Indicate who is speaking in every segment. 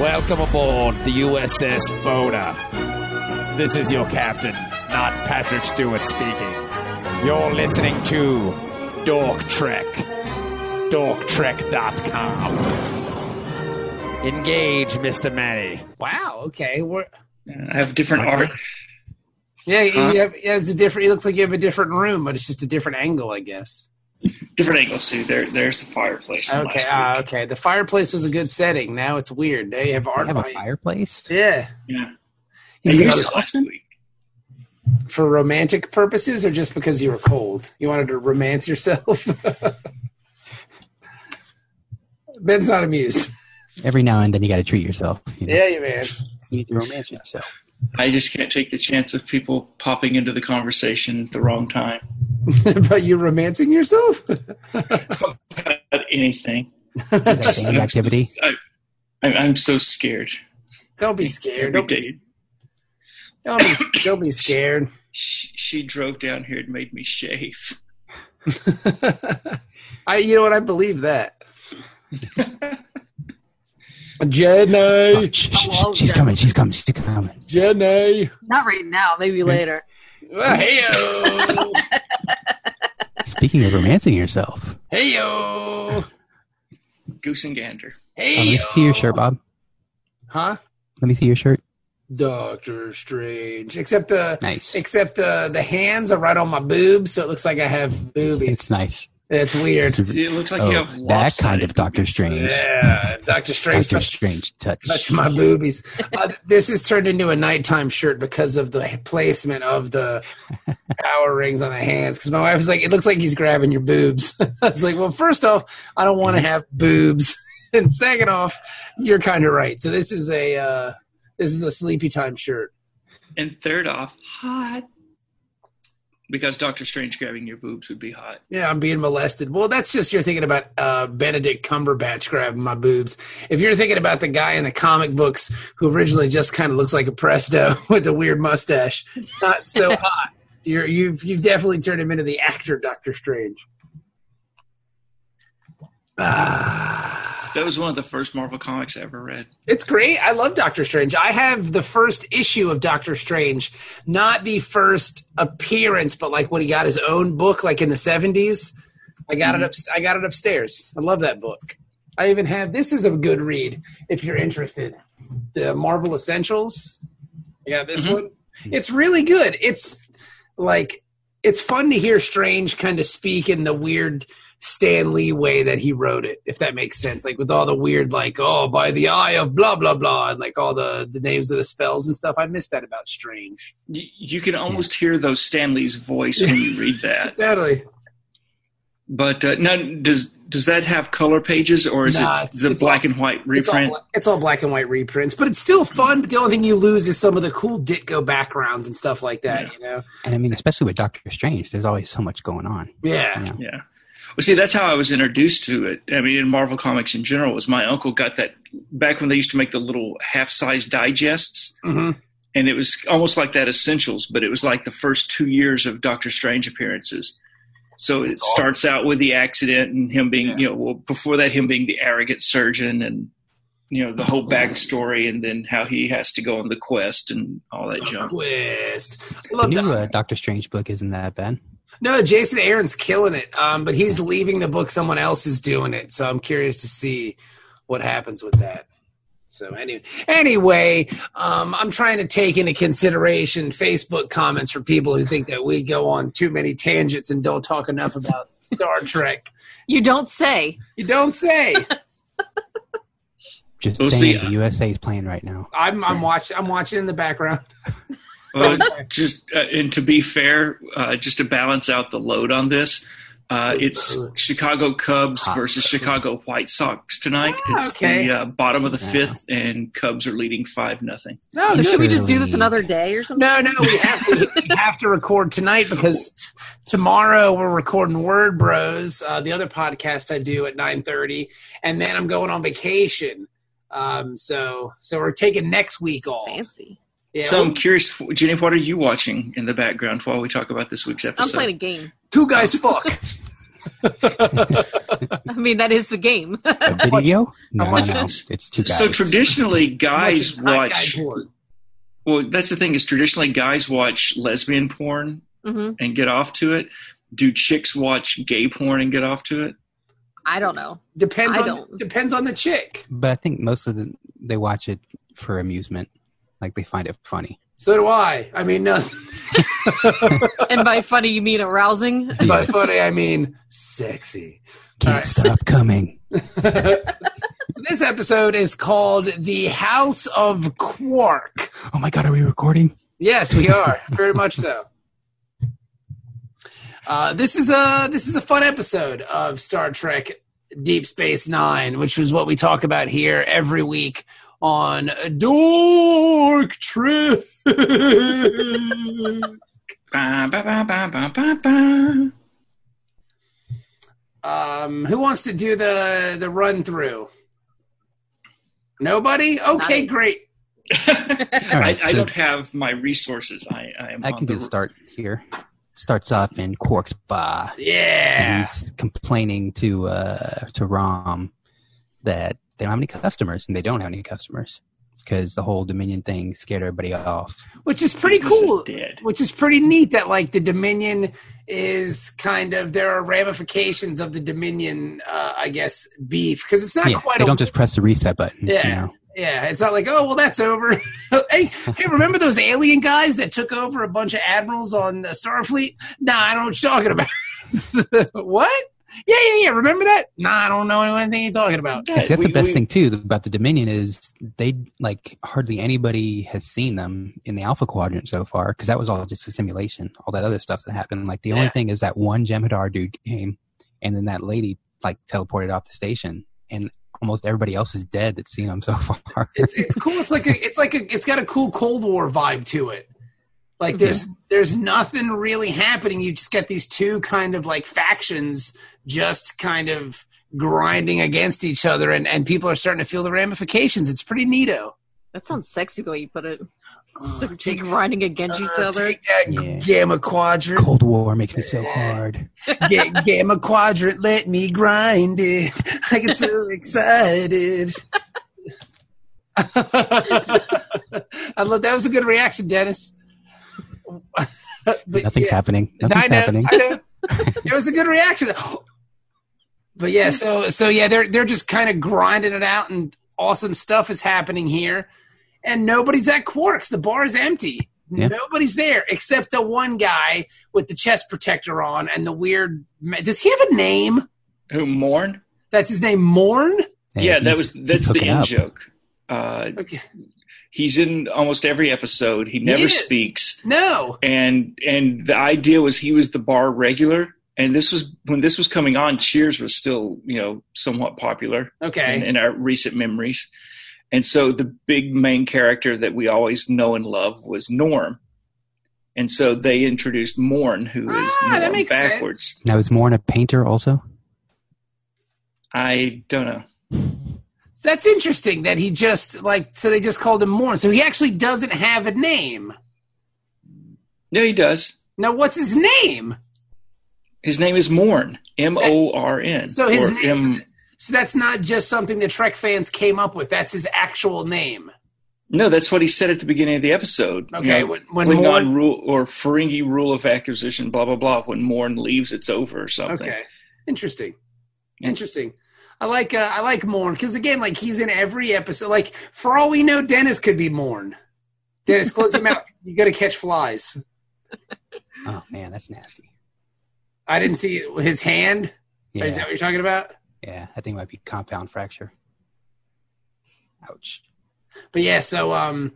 Speaker 1: Welcome aboard the USS Boda. This is your captain, not Patrick Stewart speaking. You're listening to Dork Trek. DorkTrek.com. Engage, Mr. Manny.
Speaker 2: Wow. Okay. We're,
Speaker 3: I have different art.
Speaker 2: yeah. you- You have, yeah. It's a different. It looks like you have a different room, but it's just a different angle, I guess.
Speaker 3: Different angles too. There, there's the fireplace. From
Speaker 2: Okay.
Speaker 3: Last
Speaker 2: Uh,
Speaker 3: week.
Speaker 2: okay. The fireplace was a good setting. Now it's weird. Now you have
Speaker 4: I
Speaker 2: art
Speaker 4: have a
Speaker 2: behind-
Speaker 4: fireplace.
Speaker 2: Yeah.
Speaker 3: Yeah.
Speaker 2: Is it
Speaker 3: And you
Speaker 2: used
Speaker 3: got it last
Speaker 2: often?
Speaker 3: week.
Speaker 2: for romantic purposes, or just because you were cold? You wanted to romance yourself. Ben's not amused.
Speaker 4: Every now and then you got to treat yourself. You, know?
Speaker 2: Yeah, you man.
Speaker 4: you need to romance yourself.
Speaker 3: I just can't take the chance of people popping into the conversation at the wrong time
Speaker 2: but you're romancing yourself.
Speaker 3: about anything.
Speaker 4: Is that a gang activity?
Speaker 3: I, I, I'm so scared.
Speaker 2: Don't be scared.
Speaker 3: Every
Speaker 2: Don't be,
Speaker 3: day.
Speaker 2: don't be, don't be scared.
Speaker 3: She, she drove down here and made me shave.
Speaker 2: I, you know what? I believe that. Jenny,
Speaker 4: Oh, shh, shh, shh, she's coming. She's coming. She's coming.
Speaker 2: Jenny.
Speaker 5: Not right now. Maybe later.
Speaker 2: Heyo,
Speaker 4: Speaking of romancing yourself, um,
Speaker 2: heyo,
Speaker 3: Goose and gander.
Speaker 4: oh, let me
Speaker 2: heyo.
Speaker 4: see your shirt, Bob.
Speaker 2: Huh?
Speaker 4: Let me see your shirt.
Speaker 2: Doctor Strange. Except the
Speaker 4: Nice.
Speaker 2: except the the hands are right on my boobs, so it looks like I have boobies.
Speaker 4: It's nice.
Speaker 2: It's weird.
Speaker 4: It's a-
Speaker 3: It looks like you
Speaker 4: oh,
Speaker 3: have
Speaker 4: that kind of
Speaker 3: lopsided
Speaker 4: Doctor
Speaker 3: goose.
Speaker 4: Strange.
Speaker 2: Yeah, Doctor Strange.
Speaker 4: Doctor
Speaker 2: touched
Speaker 4: Strange touch.
Speaker 2: touch my boobies. Uh, this has turned into a nighttime shirt because of the placement of the power rings on the hands. Because my wife was like, "It looks like he's grabbing your boobs." I was like, "Well, first off, I don't want to have boobs, and second off, you're kind of right." So this is a uh, this is a sleepy time shirt.
Speaker 3: And third off, hot. Because Doctor Strange grabbing your boobs would be hot.
Speaker 2: Yeah, I'm being molested. Well, that's just you're thinking about uh, Benedict Cumberbatch grabbing my boobs. If you're thinking about the guy in the comic books who originally just kind of looks like a presto with a weird mustache, not so hot. You're, you've you've definitely turned him into the actor Doctor Strange. Ah.
Speaker 3: That was one of the first Marvel comics I ever read.
Speaker 2: It's great. I love Doctor Strange. I have the first issue of Doctor Strange, not the first appearance, but like when he got his own book, like in the seventies. I got it up. I got it upstairs. I love that book. I even have. This is a good read if you're interested. The Marvel Essentials. Yeah, this
Speaker 3: Mhm.
Speaker 2: one. It's really good. It's like it's fun to hear Strange kind of speak in the weird Stan Lee way that he wrote it, if that makes sense. Like with all the weird, like, oh, by the eye of blah blah blah, and like all the the names of the spells and stuff. I miss that about Strange.
Speaker 3: You, you can almost hear those Stanley's voice when you read that.
Speaker 2: Totally.
Speaker 3: But uh, now, does does that have color pages or is
Speaker 2: Nah,
Speaker 3: it
Speaker 2: it's-
Speaker 3: the
Speaker 2: it's
Speaker 3: black
Speaker 2: all-
Speaker 3: and white
Speaker 2: It's all,
Speaker 3: reprint?
Speaker 2: bla- it's all black and white reprints, but it's still fun. But the only thing you lose is some of the cool Ditko backgrounds and stuff like that. You know?
Speaker 4: And I mean, especially with Doctor Strange, there's always so much going on.
Speaker 2: Yeah.
Speaker 3: Yeah. Well, see, that's how I was introduced to it. I mean, in Marvel comics in general, was my uncle got that back when they used to make the little half-size digests,
Speaker 2: hmm
Speaker 3: and it was almost like that Essentials, but it was like the first two years of Doctor Strange appearances. So it
Speaker 2: awesome.
Speaker 3: starts out with the accident and him being,
Speaker 2: Yeah.
Speaker 3: you know, well, before that, him being the arrogant surgeon and you know the whole backstory, and then how he has to go on the quest and all that junk.
Speaker 2: Quest. I
Speaker 4: The
Speaker 2: love
Speaker 4: new
Speaker 2: that.
Speaker 4: uh, Doctor Strange book isn't that bad.
Speaker 2: No, Jason Aaron's killing it, um, but he's leaving the book. Someone else is doing it, so I'm curious to see what happens with that. So anyway, anyway, um, I'm trying to take into consideration Facebook comments for people who think that we go on too many tangents and don't talk enough about Star Trek.
Speaker 5: You don't say.
Speaker 2: You don't say.
Speaker 4: Just
Speaker 3: We'll
Speaker 4: saying,
Speaker 3: see.
Speaker 4: the USA is playing right now.
Speaker 2: I'm I'm watching. I'm watching in the background. Uh-huh.
Speaker 3: Well, just uh, and to be fair, uh, just to balance out the load on this, uh, it's Chicago Cubs
Speaker 4: Hot.
Speaker 3: versus Chicago White Sox tonight.
Speaker 2: Ah,
Speaker 3: it's
Speaker 2: okay.
Speaker 3: the uh, bottom of the
Speaker 4: Yeah.
Speaker 3: fifth, and Cubs are leading five nothing.
Speaker 2: No,
Speaker 4: So
Speaker 5: so
Speaker 2: no,
Speaker 5: should we just do this
Speaker 4: surely-
Speaker 5: another day or something?
Speaker 2: No, no, we have to, we have to record tonight because t- tomorrow we're recording Word Bros, uh, the other podcast I do at nine thirty, and then I'm going on vacation. Um, so so we're taking next week off.
Speaker 5: Fancy.
Speaker 2: Yeah,
Speaker 3: So I'm
Speaker 2: we-
Speaker 3: curious, Jenny, what are you watching in the background while we talk about this week's
Speaker 5: I'm
Speaker 3: episode?
Speaker 5: playing a game.
Speaker 2: two guys fuck.
Speaker 5: I mean, that is the game.
Speaker 4: A video? No,
Speaker 5: much
Speaker 4: no,
Speaker 3: is-
Speaker 4: it's two guys.
Speaker 3: So traditionally, guys
Speaker 2: Not guy
Speaker 3: watch.
Speaker 2: porn.
Speaker 3: Well, that's the thing is traditionally guys watch lesbian porn
Speaker 5: hmm
Speaker 3: and get off to it. Do chicks watch gay porn and get off to it?
Speaker 5: I don't know.
Speaker 2: Depends
Speaker 5: I
Speaker 2: on
Speaker 5: don't.
Speaker 2: depends on the chick.
Speaker 4: but I think most of them they watch it for amusement, like they find it funny.
Speaker 2: So do I. I mean, no,
Speaker 5: And by funny, you mean arousing?
Speaker 2: by
Speaker 4: Yes.
Speaker 2: funny I mean sexy.
Speaker 4: Can't
Speaker 2: Alright.
Speaker 4: stop coming.
Speaker 2: So this episode is called "The House of Quark."
Speaker 4: Oh my god, are we recording?
Speaker 2: Yes, we are very much so. Uh, this is a this is a fun episode of Star Trek Deep Space Nine, which is what we talk about here every week on Dork Trip.
Speaker 3: Ba, ba, ba, ba, ba, ba, ba.
Speaker 2: um, who wants to do the the run through? Nobody. Okay,
Speaker 5: Not-
Speaker 2: great.
Speaker 3: I,
Speaker 4: Alright,
Speaker 3: I
Speaker 4: so-
Speaker 3: don't have my resources. I, I am.
Speaker 4: I
Speaker 3: on
Speaker 4: can
Speaker 3: the
Speaker 4: do the start here. Starts off in Quark's bar. And
Speaker 2: Yeah.
Speaker 4: he's complaining to uh, to Rom that they don't have any customers, and they don't have any customers because the whole Dominion thing scared everybody off.
Speaker 2: which is pretty
Speaker 3: Business is
Speaker 2: cool
Speaker 3: dead.
Speaker 2: which is pretty neat that like the dominion is kind of there are ramifications of the dominion uh, i guess beef because it's not
Speaker 4: yeah,
Speaker 2: quite
Speaker 4: they
Speaker 2: a,
Speaker 4: don't just press the reset button. you
Speaker 2: Yeah.
Speaker 4: know.
Speaker 2: yeah it's not like oh well that's over hey hey remember those alien guys that took over a bunch of admirals on uh, starfleet nah i don't know what you're talking about what yeah yeah yeah remember that nah i don't know anything you're talking about
Speaker 3: Yeah,
Speaker 4: See, that's
Speaker 3: we-
Speaker 4: the best
Speaker 3: we-
Speaker 4: thing too about the Dominion is they like hardly anybody has seen them in the Alpha Quadrant so far because that was all just a simulation. All that other stuff that happened. Like the only
Speaker 2: Yeah.
Speaker 4: thing is that one Jem'Hadar dude came, and then that lady like teleported off the station, and almost everybody else is dead that's seen them so far.
Speaker 2: it's it's cool. It's like a it's like a it's got a cool Cold War vibe to it. Like there's there's nothing really happening. You just get these two kind of like factions just kind of grinding against each other and, and people are starting to feel the ramifications. It's pretty neato.
Speaker 5: That sounds sexy the way you put it.
Speaker 2: Uh,
Speaker 5: They're just grinding against each other.
Speaker 2: take that
Speaker 4: Yeah.
Speaker 2: gamma quadrant.
Speaker 4: Cold War makes me so hard.
Speaker 2: Ga- gamma quadrant, let me grind it. I get so excited. I love that was a good reaction, Dennis. but
Speaker 4: Nothing's
Speaker 2: yeah,
Speaker 4: happening. Nothing's
Speaker 2: I know,
Speaker 4: happening.
Speaker 2: I know. It was a good reaction. But yeah, so so yeah, they're they're just kind of grinding it out, and awesome stuff is happening here, and nobody's at Quarks. The bar is empty.
Speaker 4: Yeah.
Speaker 2: Nobody's there except the one guy with the chest protector on and the weird. ma- Does he have a name?
Speaker 3: Who mourn?
Speaker 2: That's his name, Morn.
Speaker 3: Yeah, that
Speaker 4: he's-
Speaker 3: was
Speaker 4: he's
Speaker 3: that's the
Speaker 4: hooking
Speaker 3: end
Speaker 4: up.
Speaker 3: joke. Uh,
Speaker 2: Okay.
Speaker 3: he's in almost every episode. He never
Speaker 2: is.
Speaker 3: speaks,
Speaker 2: No.
Speaker 3: and and the idea was he was the bar regular. And this was when this was coming on. Cheers was still you know somewhat popular in,
Speaker 2: Okay.
Speaker 3: in our recent memories, and so the big main character that we always know and love was Norm. And so they introduced Morn, who is
Speaker 2: Ah,
Speaker 3: Norm
Speaker 2: that makes sense.
Speaker 3: backwards.
Speaker 4: Now is Morn a painter also?
Speaker 3: I don't know.
Speaker 2: That's interesting that he just like so they just called him Morn. So he actually doesn't have a name.
Speaker 3: No, he does.
Speaker 2: Now what's his name?
Speaker 3: His name is Morn. M O R N.
Speaker 2: So his
Speaker 3: or
Speaker 2: name-
Speaker 3: M-
Speaker 2: So that's not just something the Trek fans came up with. That's his actual name.
Speaker 3: No, that's what he said at the beginning of the episode. You
Speaker 2: Okay,
Speaker 3: know,
Speaker 2: when- when
Speaker 3: Klingon
Speaker 2: Morn-
Speaker 3: rule or Ferengi rule of acquisition, blah blah blah. When Morn leaves, it's over or something.
Speaker 2: Okay, interesting,
Speaker 3: Yeah.
Speaker 2: interesting. I like uh, I like Morn because again, like he's in every episode. Like for all we know, Dennis could be Morn. Dennis, close your mouth. You got to catch flies.
Speaker 4: Oh man, that's nasty.
Speaker 2: I didn't see his hand.
Speaker 4: Yeah,
Speaker 2: Is that what you're talking about?
Speaker 4: yeah. I think it might be compound fracture. Ouch.
Speaker 2: But yeah, so um,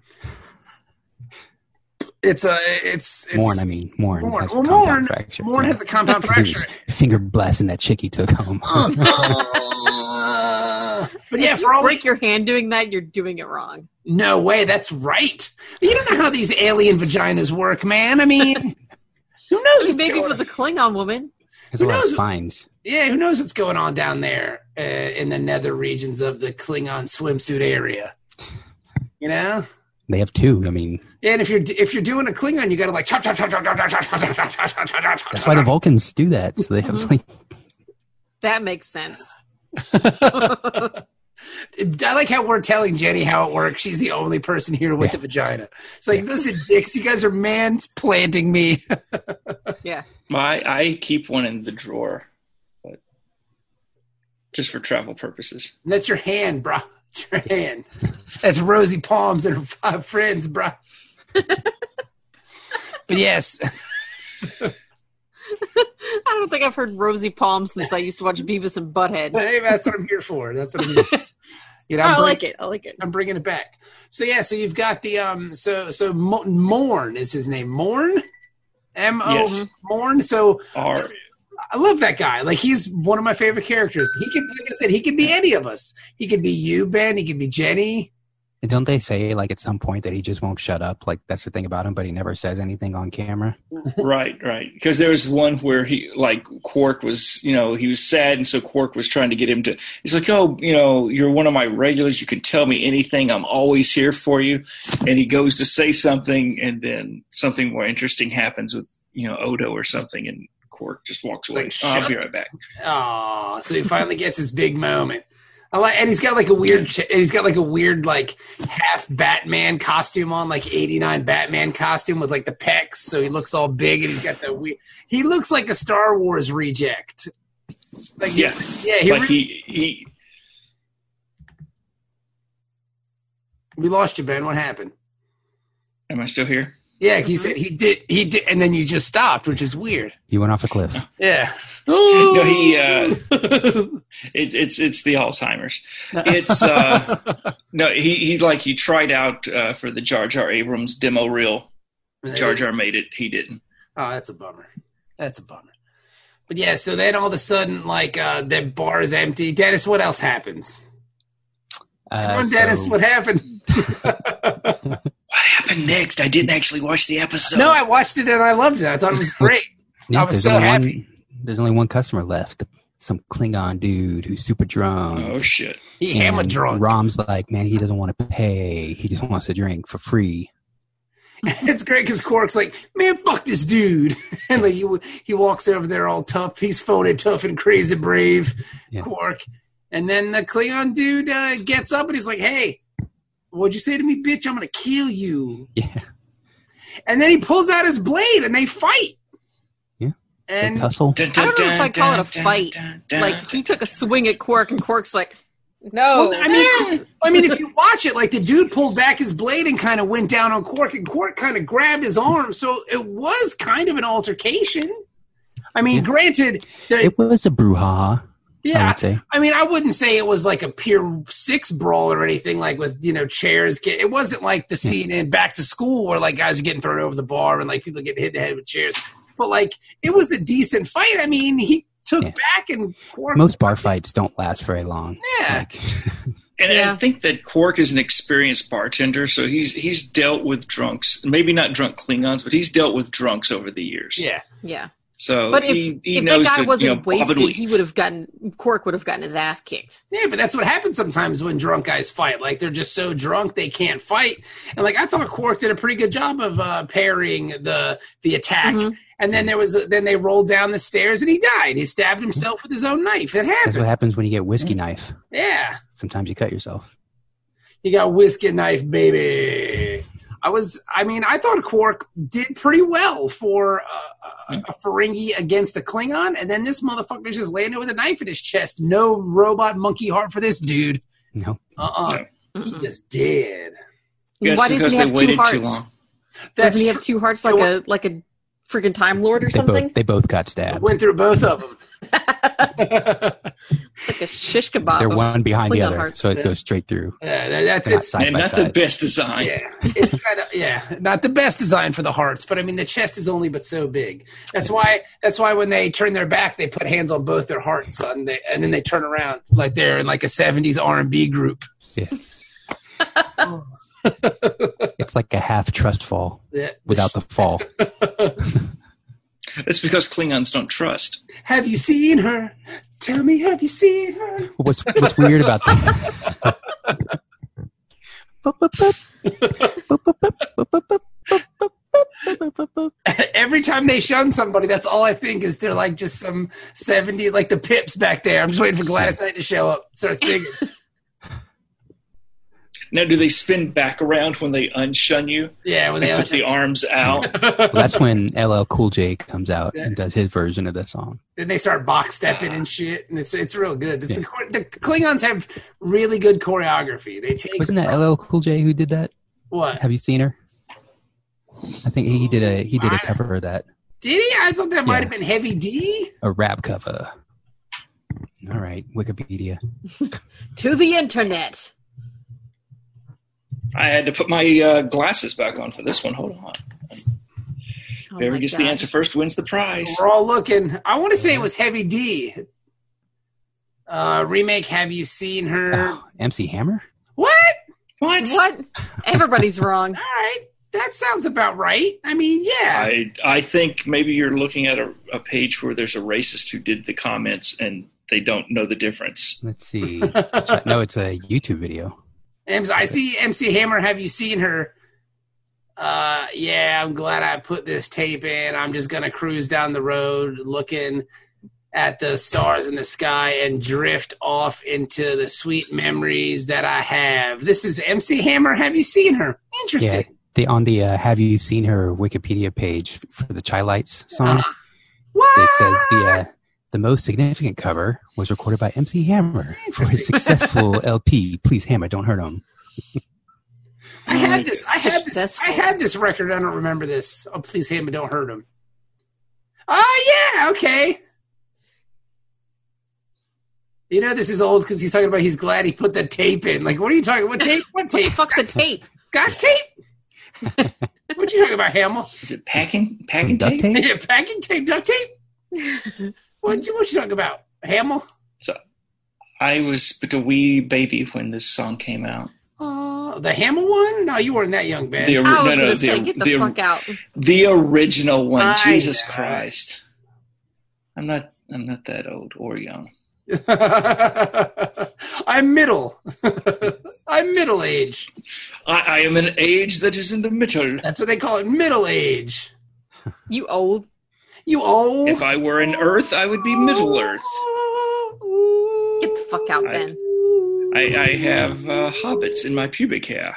Speaker 2: it's a it's it's
Speaker 4: Morn, I mean Morn.
Speaker 2: Morn.
Speaker 4: has a
Speaker 2: Well,
Speaker 4: compound
Speaker 2: Morn-
Speaker 4: fracture.
Speaker 2: Morn
Speaker 4: Yeah.
Speaker 2: has a compound
Speaker 4: 'Cause he
Speaker 2: fracture.
Speaker 4: was Finger blasting that chick he took home.
Speaker 2: But yeah,
Speaker 5: if
Speaker 2: for
Speaker 5: you
Speaker 2: all we
Speaker 5: break your hand doing that, you're doing it wrong.
Speaker 2: No way, that's right. You don't know how these alien vaginas work, man. I mean, who knows what's
Speaker 5: Maybe if
Speaker 2: going
Speaker 5: it was a Klingon woman.
Speaker 4: There's a
Speaker 2: Who
Speaker 4: lot of
Speaker 2: knows?
Speaker 4: spines.
Speaker 2: Yeah, who knows what's going on down there uh, in the nether regions of the Klingon swimsuit area. You know?
Speaker 4: They have two. I mean,
Speaker 2: Yeah, and if you're if you're doing a Klingon, you got to like chop chop chop chop chop chop chop chop chop chop chop chop chop chop chop. Mm-hmm.
Speaker 4: that's why the Vulcans do that. So they have like
Speaker 5: That makes sense.
Speaker 2: I like how we're telling Jenny how it works. She's the only person here with the vagina. It's like, listen, dicks, you guys are mansplanting me.
Speaker 5: Yeah.
Speaker 3: My I keep one in the drawer, but just for travel purposes.
Speaker 2: And That's your hand, bro. That's your hand. That's Rosie Palms and her five friends, bro. but yes,
Speaker 5: I don't think I've heard Rosie Palm since I used to watch Beavis and Butthead. Oh,
Speaker 2: hey, that's what I'm here for. That's what I'm here. For. You know, I'm
Speaker 5: I
Speaker 2: bringing,
Speaker 5: like it. I like it.
Speaker 2: I'm bringing it back. So yeah, so you've got the um, so so Mo- Morn is his name. Morn, M O
Speaker 3: Yes.
Speaker 2: Morn. So
Speaker 3: Or
Speaker 2: I love that guy. Like he's one of my favorite characters. He could, like I said, he could be any of us. He could be you, Ben. He could be Jenny.
Speaker 4: And don't they say like at some point that he just won't shut up? Like that's the thing about him, but he never says anything on camera.
Speaker 3: right, right. Because there was one where he like Quark was, you know, he was sad, and so Quark was trying to get him to. He's like, "Oh, you know, you're one of my regulars. You can tell me anything. I'm always here for you." And he goes to say something, and then something more interesting happens with you know Odo or something, and Quark just walks
Speaker 2: It's
Speaker 3: away.
Speaker 2: like,
Speaker 3: "Oh, I'll
Speaker 2: shut
Speaker 3: be right back.
Speaker 2: Oh, so he finally gets his big moment. I like, and he's got like a weird, ch- and he's got like a weird like half Batman costume on, like '89 Batman costume with like the pecs, so he looks all big, and he's got the we- he looks like a Star Wars reject. Like,
Speaker 3: Yeah.
Speaker 2: yeah, he
Speaker 3: like
Speaker 2: re-
Speaker 3: he he
Speaker 2: we lost you, Ben. What happened?
Speaker 3: am I still here?
Speaker 2: Yeah, he said he did, he did, and then you just stopped, which is weird.
Speaker 4: He went off a cliff.
Speaker 2: Yeah,
Speaker 3: No, he uh it, it's it's the Alzheimer's. It's uh no, he he like he tried out uh for the Jar Jar Abrams demo reel. Jar Jar made it, he didn't.
Speaker 2: Oh, that's a bummer. That's a bummer. But yeah, so then all of a sudden, like uh, that bar is empty. Dennis, what else happens?
Speaker 4: Uh,
Speaker 2: Come on,
Speaker 4: so-
Speaker 2: Dennis, what happened?
Speaker 3: What happened next? I didn't actually watch the episode.
Speaker 2: no, I watched it and I loved it. I thought it was great.
Speaker 4: Yeah,
Speaker 2: I was
Speaker 4: there's
Speaker 2: so
Speaker 4: only
Speaker 2: happy.
Speaker 4: One, there's only one customer left. Some Klingon dude who's super drunk.
Speaker 3: Oh shit.
Speaker 2: He hammer
Speaker 4: And
Speaker 2: drunk.
Speaker 4: Rom's like, man, he doesn't want to pay. He just wants to drink for free.
Speaker 2: it's great because Quark's like, man, fuck this dude, and like he he walks over there all tough. He's phony, tough, and crazy brave.
Speaker 4: Yeah.
Speaker 2: Quark, and then the Klingon dude uh, gets up and he's like, hey, what'd you say to me, bitch? I'm gonna kill you.
Speaker 4: Yeah,
Speaker 2: And then he pulls out his blade and they fight.
Speaker 4: Yeah.
Speaker 2: And
Speaker 4: they tussle.
Speaker 3: Dun,
Speaker 5: I don't know if I call it a fight.
Speaker 3: dun, dun,
Speaker 5: Like he took a swing at Quark, and Quark's like, "No."
Speaker 2: well, I mean, I mean, if you watch it, like the dude pulled back his blade and kind of went down on Quark, and Quark kind of grabbed his arm. So it was kind of an altercation. I mean, granted, there-
Speaker 4: It was a brouhaha. I
Speaker 2: yeah,
Speaker 4: would say.
Speaker 2: I mean, I wouldn't say it was like a pure six brawl or anything like with you know chairs. Get, it wasn't like the scene in Back to School where like guys are getting thrown over the bar and like people getting hit in the head with chairs. But like it was a decent fight. I mean, he took
Speaker 4: Yeah.
Speaker 2: back and Quark.
Speaker 4: Most bar fights don't last very long.
Speaker 2: yeah,
Speaker 4: Like,
Speaker 3: And
Speaker 5: Yeah.
Speaker 3: I think that Quark is an experienced bartender, so he's he's dealt with drunks. Maybe not drunk Klingons, but he's dealt with drunks over the years.
Speaker 2: yeah.
Speaker 5: yeah.
Speaker 3: So
Speaker 5: But if
Speaker 3: he, he
Speaker 5: if that
Speaker 3: knows
Speaker 5: guy
Speaker 3: to, you
Speaker 5: wasn't
Speaker 3: know,
Speaker 5: wasted,
Speaker 3: probably-
Speaker 5: he would have gotten Quark would have gotten his ass kicked.
Speaker 2: Yeah, but that's what happens sometimes when drunk guys fight. Like they're just so drunk they can't fight. And like I thought Quark did a pretty good job of uh, parrying the the attack.
Speaker 3: Mm-hmm.
Speaker 5: Mhm.
Speaker 2: And then there was a, then they rolled down the stairs and he died. He stabbed himself with his own knife. It
Speaker 4: that's what
Speaker 2: happened.
Speaker 4: happens when you get whiskey knife.
Speaker 2: Yeah.
Speaker 4: Sometimes you cut yourself.
Speaker 2: You got whiskey knife, baby. I was, I mean, I thought Quark did pretty well for uh, a, a Ferengi against a Klingon, and then this motherfucker's just landed with a knife in his chest. No robot monkey heart for this dude.
Speaker 4: You know,
Speaker 2: Uh uh He
Speaker 5: Hmm.
Speaker 2: just did.
Speaker 3: Yes,
Speaker 5: Why doesn't
Speaker 3: because
Speaker 5: he
Speaker 3: they
Speaker 5: have two
Speaker 3: waited
Speaker 5: hearts?
Speaker 3: too long.
Speaker 2: That's
Speaker 5: doesn't he have
Speaker 2: true.
Speaker 5: two hearts like a like a freaking time lord or
Speaker 4: they
Speaker 5: something?
Speaker 4: both they both got
Speaker 2: I
Speaker 4: stabbed.
Speaker 2: went through both of them.
Speaker 5: Like a shish kebab.
Speaker 4: They're
Speaker 5: of
Speaker 4: one behind the
Speaker 5: Klingon
Speaker 4: other,
Speaker 5: hearts.
Speaker 4: so it
Speaker 2: yeah.
Speaker 4: goes straight through.
Speaker 2: Yeah, that- that's
Speaker 4: They're not
Speaker 2: it's
Speaker 4: side
Speaker 3: and
Speaker 4: by
Speaker 3: not the
Speaker 4: side.
Speaker 3: best design.
Speaker 2: yeah, it's kind of yeah, not the best design for the hearts, but I mean the chest is only but so big. That's why that's why when they turn their back, they put hands on both their hearts, and, they, and then they turn around like they're in like a '70s R&B group.
Speaker 4: It's like a half trust fall
Speaker 2: Yeah.
Speaker 4: without the fall.
Speaker 3: That's because Klingons don't trust.
Speaker 2: Have you seen her? Tell me, have you seen her?
Speaker 4: What's what's weird about that? Boop, boop, boop. Boop, boop, boop, boop, boop, boop, boop, boop, boop, boop, boop, boop.
Speaker 2: Every time time they shun somebody, that's all I think is they're like just some seventy, like the Pips back there. I'm just waiting for Gladys Knight to show up, start singing.
Speaker 3: Now, do they spin back around when they unshun you?
Speaker 2: Yeah, when
Speaker 3: They
Speaker 2: they
Speaker 3: put the arms out.
Speaker 4: Well, that's when LL Cool J comes out and does his version of the song.
Speaker 2: then they start box stepping
Speaker 3: Ah.
Speaker 2: and shit, and it's it's real good. It's the chor- the, Klingons have really good choreography. They take
Speaker 4: Wasn't that LL Cool J who did that?
Speaker 2: what
Speaker 4: Have you seen her? I think he did a he did a cover of that,
Speaker 2: did he? I thought that might
Speaker 4: Yeah.
Speaker 2: have been Heavy D.
Speaker 4: a rap cover. All right, Wikipedia.
Speaker 5: to the internet.
Speaker 3: I had to put my uh, glasses back on for this one. Hold on.
Speaker 5: Oh
Speaker 3: Whoever
Speaker 5: my
Speaker 3: gets
Speaker 5: God.
Speaker 3: the answer first wins the prize.
Speaker 2: We're all looking. I want to say it was Heavy D. Uh, remake. Have you seen her?
Speaker 3: Ah.
Speaker 4: Oh, MC Hammer.
Speaker 2: What?
Speaker 3: What?
Speaker 5: What? Everybody's wrong.
Speaker 2: All right, that sounds about right. I mean, yeah.
Speaker 3: I I think maybe you're looking at a, a page where there's a racist who did the comments and they don't know the difference.
Speaker 4: Let's see. no, it's a YouTube video.
Speaker 2: MC, I see MC Hammer. Have you seen her? Uh, yeah, I'm glad I put this tape in. I'm just gonna cruise down the road, looking at the stars in the sky, and drift off into the sweet memories that I have. This is MC Hammer. Have you seen her?
Speaker 4: Yeah,
Speaker 2: Interesting.
Speaker 4: they on the uh, Have you seen her Wikipedia page for the Chai Lights song?
Speaker 2: What?
Speaker 4: It says the uh, the most significant cover was recorded by MC Hammer for his successful LP. Please, Hammer, don't hurt him.
Speaker 2: I had this. I had this. I
Speaker 5: Successful.
Speaker 2: had this record. I don't remember this. Oh, please, Hammond, don't hurt him. Oh, yeah. Okay. You know this is old because he's talking about he's glad he put the tape in. Like, what are you talking? What tape? What
Speaker 5: What the
Speaker 2: tape?
Speaker 5: fuck's a tape?
Speaker 2: Gosh, tape. what you talking about, Hamill?
Speaker 3: Is it packing?
Speaker 4: Some
Speaker 3: Packing
Speaker 4: duct
Speaker 3: tape?
Speaker 4: tape.
Speaker 2: Yeah, packing tape, duct tape. What you what you talking about, Hamill?
Speaker 3: I was but a wee baby when this song came out.
Speaker 2: Uh, the Hamill one? No, you weren't that young, man.
Speaker 3: The, ori-
Speaker 5: I
Speaker 3: no,
Speaker 5: was
Speaker 3: no,
Speaker 5: gonna
Speaker 3: the,
Speaker 5: say, get the,
Speaker 3: the-
Speaker 5: fuck out.
Speaker 3: the original one.
Speaker 2: I
Speaker 3: Jesus
Speaker 2: know.
Speaker 3: Christ! I'm not. I'm not that old or young.
Speaker 2: I'm middle. I'm middle age.
Speaker 3: I, I am an age that is in the middle.
Speaker 2: That's what they call it, middle age.
Speaker 5: You old.
Speaker 2: You old.
Speaker 3: If I were an Earth, I would be Middle Earth.
Speaker 5: Get the fuck out,
Speaker 3: I-
Speaker 5: Ben.
Speaker 3: I, I have uh, hobbits in my pubic hair.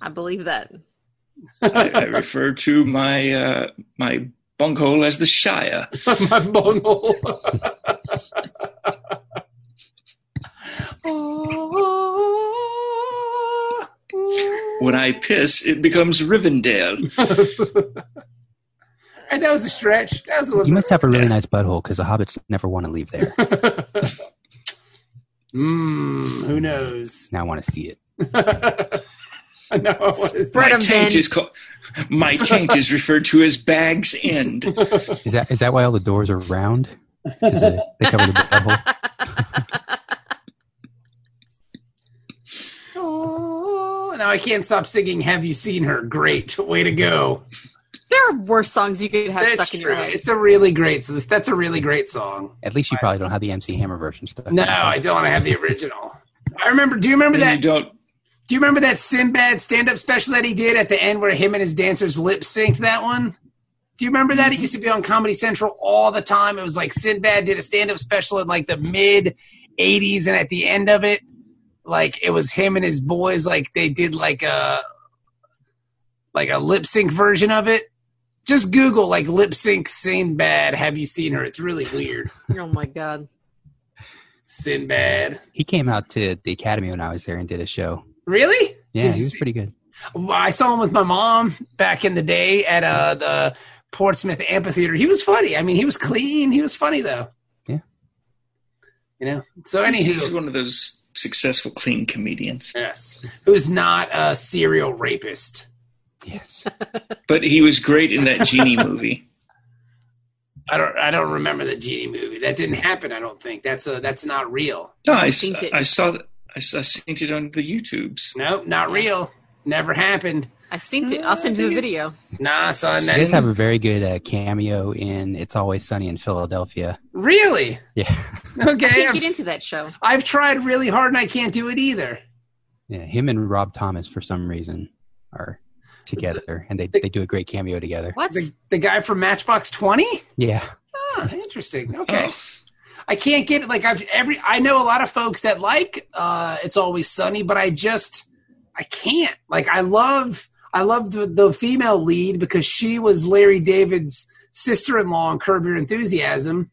Speaker 5: I believe that.
Speaker 3: I, I refer to my uh, my bunghole as the Shire.
Speaker 2: My bunghole.
Speaker 3: When I piss, it becomes Rivendell.
Speaker 2: and that was a stretch. That was a
Speaker 4: You
Speaker 2: little.
Speaker 4: must have a really nice butthole because the hobbits never want to leave there.
Speaker 2: Mmm. Who knows?
Speaker 4: now I want to see it.
Speaker 2: I know. I was-
Speaker 5: Spread
Speaker 3: my
Speaker 5: 'em,
Speaker 3: taint
Speaker 5: Ben.
Speaker 3: is called. My taint is referred to as Bag's End.
Speaker 4: Is that is that why all the doors are round? Because they, they cover the butthole.
Speaker 2: Oh, now I can't stop singing. Have you seen her? Great, way to go.
Speaker 5: There are worse songs you could have
Speaker 2: That's
Speaker 5: stuck in your
Speaker 2: true.
Speaker 5: head.
Speaker 2: It's a really great. So that's a really great song.
Speaker 4: At least you probably don't have the MC Hammer version stuff.
Speaker 2: No, I don't. I have the original. I remember. Do you remember
Speaker 3: And you
Speaker 2: that?
Speaker 3: don't.
Speaker 2: Do you remember that Sinbad stand-up special that he did at the end where him and his dancers lip synced that one? Do you remember that? It used to be on Comedy Central all the time. It was like Sinbad did a stand-up special in like the mid '80s, and at the end of it, like it was him and his boys. Like they did like a like a lip sync version of it. Just Google like lip sync Sinbad. Have you seen her? It's really weird.
Speaker 5: Oh my god.
Speaker 2: Sinbad.
Speaker 4: He came out to the Academy when I was there and did a show.
Speaker 2: Really?
Speaker 4: Yeah,
Speaker 2: Did
Speaker 4: he
Speaker 2: you
Speaker 4: was
Speaker 2: see-
Speaker 4: pretty good.
Speaker 2: Well, I saw him with my mom back in the day at uh, the Portsmouth Amphitheater. He was funny. I mean, he was clean. He was funny though.
Speaker 4: Yeah.
Speaker 2: You know. So
Speaker 3: He's
Speaker 2: anywho,
Speaker 3: one of those successful, clean comedians.
Speaker 2: yes, who's not a serial rapist?
Speaker 4: Yes.
Speaker 3: But he was great in that genie movie.
Speaker 2: I don't. I don't remember the genie movie. That didn't happen. I don't think that's a. That's not real.
Speaker 3: No, I, s-
Speaker 5: Synced it.
Speaker 3: I saw. that- I, s- I synced it on the YouTubes.
Speaker 2: Nope, not real. Never happened.
Speaker 5: I seen it. I'll send you the video.
Speaker 2: Nah, son.
Speaker 4: He
Speaker 2: That,
Speaker 4: does have a very good uh, cameo in "It's Always Sunny in Philadelphia."
Speaker 2: really?
Speaker 4: Yeah,
Speaker 5: I
Speaker 2: Okay.
Speaker 5: can't get
Speaker 2: I've,
Speaker 5: into that show.
Speaker 2: I've tried really hard and I can't do it either.
Speaker 4: yeah. Him and Rob Thomas, for some reason, are together, and they, they do a great cameo together.
Speaker 5: What?
Speaker 2: The, the guy from Matchbox Twenty.
Speaker 4: Yeah,
Speaker 2: Ah, interesting. Okay.
Speaker 3: Oh,
Speaker 2: I can't get it. Like I've every. I know a lot of folks that like uh, "It's Always Sunny," but I just I can't. Like I love I love the, the female lead because she was Larry David's sister-in-law in Curb Your Enthusiasm.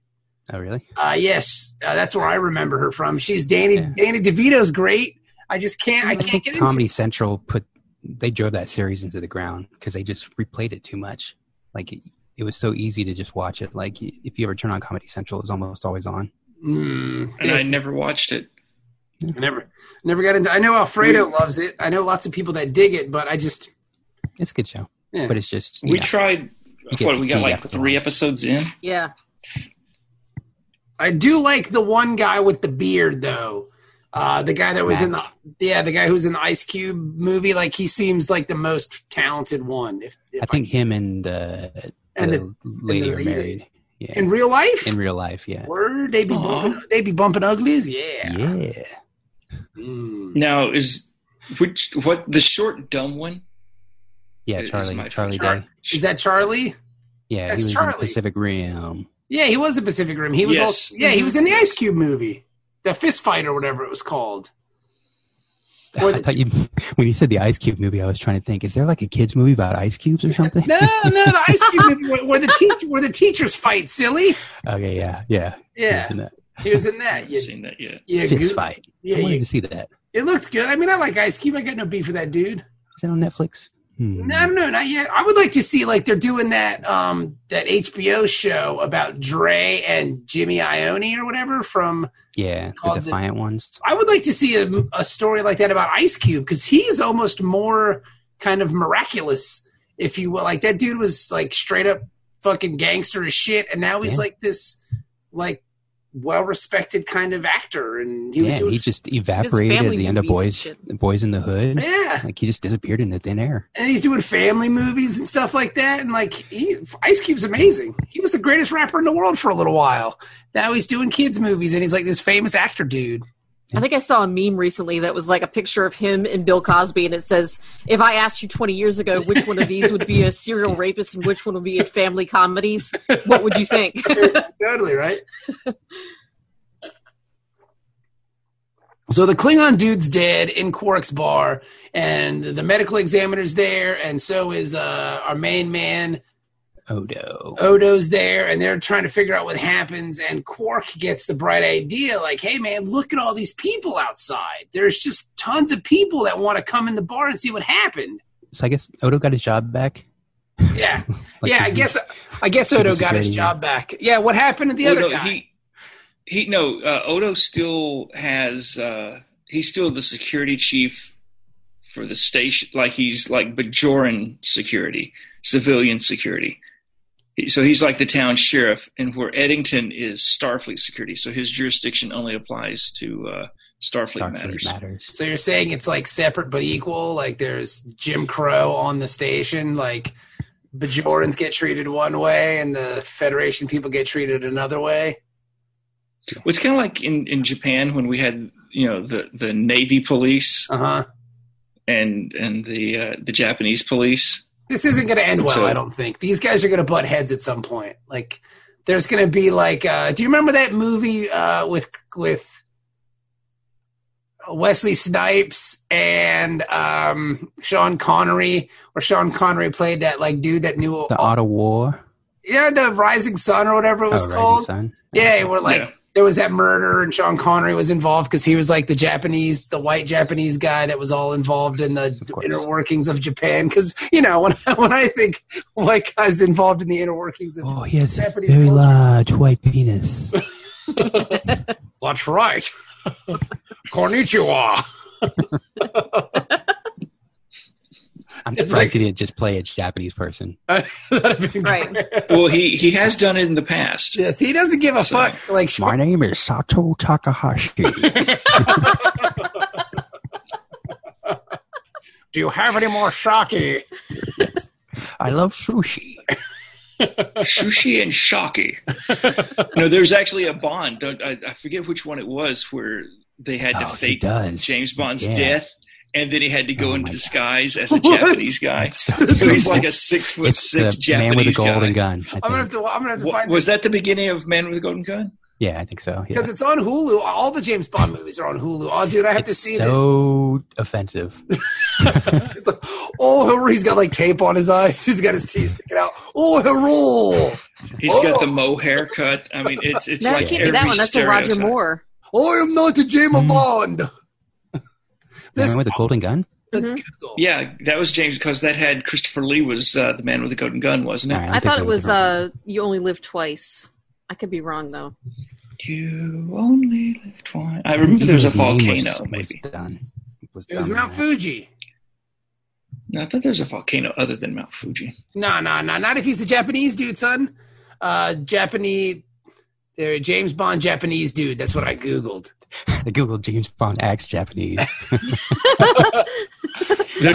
Speaker 4: oh really?
Speaker 2: Uh, yes, uh, that's where I remember her from. She's Danny.
Speaker 4: Yeah.
Speaker 2: Danny DeVito's great. I just can't. I
Speaker 4: I
Speaker 2: can't
Speaker 4: think
Speaker 2: get into.
Speaker 4: Comedy Central put they drove that series into the ground because they just replayed it too much. Like it, it was so easy to just watch it. Like if you ever turn on Comedy Central, it's almost always on.
Speaker 2: Mm,
Speaker 3: and I
Speaker 2: dude,
Speaker 3: never watched it.
Speaker 2: I never, never got into. I know Alfredo loves it. I know lots of people that dig it, but I just
Speaker 4: It's a good show,
Speaker 2: Yeah.
Speaker 4: but it's just you
Speaker 3: We
Speaker 4: know,
Speaker 3: tried.
Speaker 4: get
Speaker 3: What we got
Speaker 4: fatigued
Speaker 3: like
Speaker 4: after a
Speaker 3: three
Speaker 4: while.
Speaker 3: episodes in.
Speaker 5: Yeah.
Speaker 2: I do like the one guy with the beard though. Uh, the guy that was in the yeah, the guy who's in the Ice Cube movie, like he seems like the most talented one. If, if
Speaker 4: I think him and uh,
Speaker 2: And
Speaker 4: the,
Speaker 2: the-
Speaker 4: lady
Speaker 2: and the
Speaker 4: are
Speaker 2: lady.
Speaker 4: married. Yeah,
Speaker 2: in real life,
Speaker 4: in real life. Yeah,
Speaker 2: word they be bumping, they be bumping uglies. Yeah.
Speaker 4: yeah.
Speaker 2: Mm.
Speaker 3: Now is which what the short dumb one?
Speaker 4: Yeah,
Speaker 3: is
Speaker 4: Charlie,
Speaker 3: my-
Speaker 4: Charlie
Speaker 3: Char-
Speaker 4: Day.
Speaker 2: Is that Charlie?
Speaker 4: Yeah,
Speaker 2: That's
Speaker 4: he was in
Speaker 2: Charlie.
Speaker 4: the Pacific Rim.
Speaker 2: Yeah, he was in Pacific Rim. He was
Speaker 3: Yes.
Speaker 2: also, yeah, he was in the Ice Cube movie, the Fist Fight or whatever it was called. Or
Speaker 4: I
Speaker 2: the-
Speaker 4: thought you when you said the Ice Cube movie, I was trying to think: is there like a kids movie about ice cubes or something?
Speaker 2: No, no, the Ice Cube movie where, where the teach, where the teachers fight. Silly.
Speaker 4: Okay, yeah, yeah. he was
Speaker 2: Yeah,
Speaker 4: in that
Speaker 2: he was in
Speaker 3: I
Speaker 2: that.
Speaker 3: haven't
Speaker 2: You,
Speaker 3: seen that yet.
Speaker 2: you
Speaker 4: fist
Speaker 2: goof-
Speaker 4: fight.
Speaker 2: Yeah,
Speaker 4: I wanted
Speaker 2: you,
Speaker 4: to see that.
Speaker 2: it looked good. I mean, I like Ice Cube. I got no beef with that dude.
Speaker 4: Is that on Netflix? Hmm.
Speaker 2: No, no, not yet. I would like to see like they're doing that um that HBO show about Dre and Jimmy Ione or whatever from
Speaker 4: Yeah, the
Speaker 2: Called the-
Speaker 4: Defiant ones.
Speaker 2: I would like to see a, a story like that about Ice Cube because he's almost more kind of miraculous, if you will. Like that dude was like straight up fucking gangster as shit, and now he's
Speaker 4: Yeah.
Speaker 2: like this like well respected kind of actor, and he was
Speaker 4: yeah,
Speaker 2: doing
Speaker 4: he just evaporated at
Speaker 5: family
Speaker 4: the end of
Speaker 5: movies
Speaker 4: Boys
Speaker 5: and
Speaker 4: Boys in the Hood.
Speaker 2: yeah,
Speaker 4: Like he just disappeared into thin air.
Speaker 2: and he's doing family movies and stuff like that, and like he, Ice Cube's amazing. He was the greatest rapper in the world for a little while. Now he's doing kids movies, and he's like this famous actor dude.
Speaker 5: I think I saw a meme recently that was like a picture of him and Bill Cosby, and it says, "If I asked you 20 years ago which one of these would be a serial rapist and which one would be in family comedies, what would you think?"
Speaker 2: totally right. so the Klingon dude's dead in Quark's bar, and the medical examiner's there, and so is uh, our main man
Speaker 4: Odo.
Speaker 2: Odo's there, and they're trying to figure out what happens. And Quark gets the bright idea, like, "Hey, man, look at all these people outside. There's just tons of people that want to come in the bar and see what happened."
Speaker 4: So I guess Odo got his job back.
Speaker 2: Yeah,
Speaker 4: Like,
Speaker 2: yeah. I
Speaker 4: is
Speaker 2: guess I guess Odo got his
Speaker 4: Security.
Speaker 2: job back. Yeah, what happened to the
Speaker 3: Odo,
Speaker 2: other guy?
Speaker 3: Oh, He, he no. Uh, Odo still has. Uh, he's still the security chief for the station. Like he's like Bajoran security, civilian security. He- So he's like the town sheriff, and where Eddington is Starfleet security. So his jurisdiction only applies to uh, Starfleet,
Speaker 4: Starfleet
Speaker 3: matters.
Speaker 4: matters.
Speaker 2: So you're saying it's like separate but equal? Like there's Jim Crow on the station, like Bajorans get treated one way and the Federation people get treated another way.
Speaker 3: Well, it's kind of like in, in Japan when we had you know the, the Navy police
Speaker 2: Uh huh.
Speaker 3: and and the uh, the Japanese police.
Speaker 2: This isn't going to end well,
Speaker 3: So-
Speaker 2: I don't think. These guys are going to butt heads at some point. Like there's going to be like, uh, do you remember that movie uh, with with Wesley Snipes and um, Sean Connery, where Sean Connery played that like dude that knew
Speaker 4: The
Speaker 2: all,
Speaker 4: Ottawa War.
Speaker 2: yeah, the Rising Sun or whatever it was
Speaker 4: oh,
Speaker 2: called.
Speaker 4: Rising Sun.
Speaker 2: Yeah, we're like
Speaker 3: Yeah.
Speaker 2: there was that murder, and Sean Connery was involved because he was like the Japanese, the white Japanese guy that was all involved in the
Speaker 4: Of course.
Speaker 2: inner workings of Japan. Because you know, when when I think white guys involved in the inner workings of,
Speaker 4: Oh, he has
Speaker 2: Japanese
Speaker 4: very
Speaker 2: culture.
Speaker 4: large white penis.
Speaker 2: that's right, Konnichiwa.
Speaker 4: I'm
Speaker 2: It's
Speaker 4: surprised
Speaker 2: like-
Speaker 4: he didn't just play a Japanese person.
Speaker 2: That'd be
Speaker 5: Right.
Speaker 2: great.
Speaker 3: Well, he he has done it in the past.
Speaker 2: Yes, he doesn't give a
Speaker 3: So-
Speaker 2: fuck. Like
Speaker 4: My name is Sato Takahashi.
Speaker 2: do you have any more sake?
Speaker 4: I love sushi.
Speaker 3: Shushi and Shockey. no, there's actually a Bond. Don't, I, I forget which one it was where they had to
Speaker 4: Oh, he
Speaker 3: fake
Speaker 4: does.
Speaker 3: James Bond's
Speaker 4: Yeah.
Speaker 3: death, and then he had to go
Speaker 4: Oh
Speaker 3: into
Speaker 4: my
Speaker 3: disguise as a
Speaker 2: What?
Speaker 3: Japanese guy.
Speaker 4: It's so
Speaker 3: So he's
Speaker 4: terrible.
Speaker 3: like a six foot
Speaker 4: It's
Speaker 3: six
Speaker 4: the man
Speaker 3: Japanese
Speaker 4: with a golden
Speaker 3: guy.
Speaker 4: gun. I
Speaker 2: I'm gonna have
Speaker 4: think.
Speaker 2: to. I'm gonna have to
Speaker 3: Wa-
Speaker 2: find
Speaker 3: was that the beginning of Man with a Golden Gun?
Speaker 4: Yeah, I think so. Yeah.
Speaker 2: because it's on Hulu. All the James Bond movies are on Hulu. Oh, dude, I have to
Speaker 4: It's
Speaker 2: see
Speaker 4: so offensive.
Speaker 2: this. It's like, oh, he's got like tape on his eyes. He's got his teeth sticking out. Oh, hero.
Speaker 3: He's
Speaker 2: Oh.
Speaker 3: got the mohair cut. I mean, it's it's
Speaker 5: No,
Speaker 3: like
Speaker 5: it can't be
Speaker 3: every
Speaker 5: that one. That's a Roger
Speaker 3: stereotype.
Speaker 5: Moore.
Speaker 2: I am not a James
Speaker 4: Hmm.
Speaker 2: Bond.
Speaker 4: The
Speaker 2: This
Speaker 4: man with a golden gun.
Speaker 2: Let's
Speaker 5: Mhm.
Speaker 2: Google.
Speaker 3: Yeah, that was James because that had Christopher Lee was uh, the man with the golden gun, wasn't it?
Speaker 4: All right, I'm
Speaker 5: I
Speaker 4: thinking
Speaker 5: thought it
Speaker 4: of a
Speaker 5: was
Speaker 4: different one.
Speaker 5: uh, You Only Live Twice. I could be wrong, though.
Speaker 3: You only live twice. I
Speaker 4: think
Speaker 5: uh,
Speaker 3: remember there was a
Speaker 4: even his name
Speaker 3: volcano.
Speaker 4: was- was
Speaker 3: maybe
Speaker 4: done.
Speaker 2: It was
Speaker 4: done
Speaker 2: Mount
Speaker 4: on that.
Speaker 2: Fuji.
Speaker 3: no, I thought there was a volcano other than Mount Fuji.
Speaker 2: No, no, no. Not if he's a Japanese dude, son. Uh, Japanese. There, James Bond, Japanese dude. That's what I googled.
Speaker 4: I googled James Bond acts Japanese.
Speaker 3: That's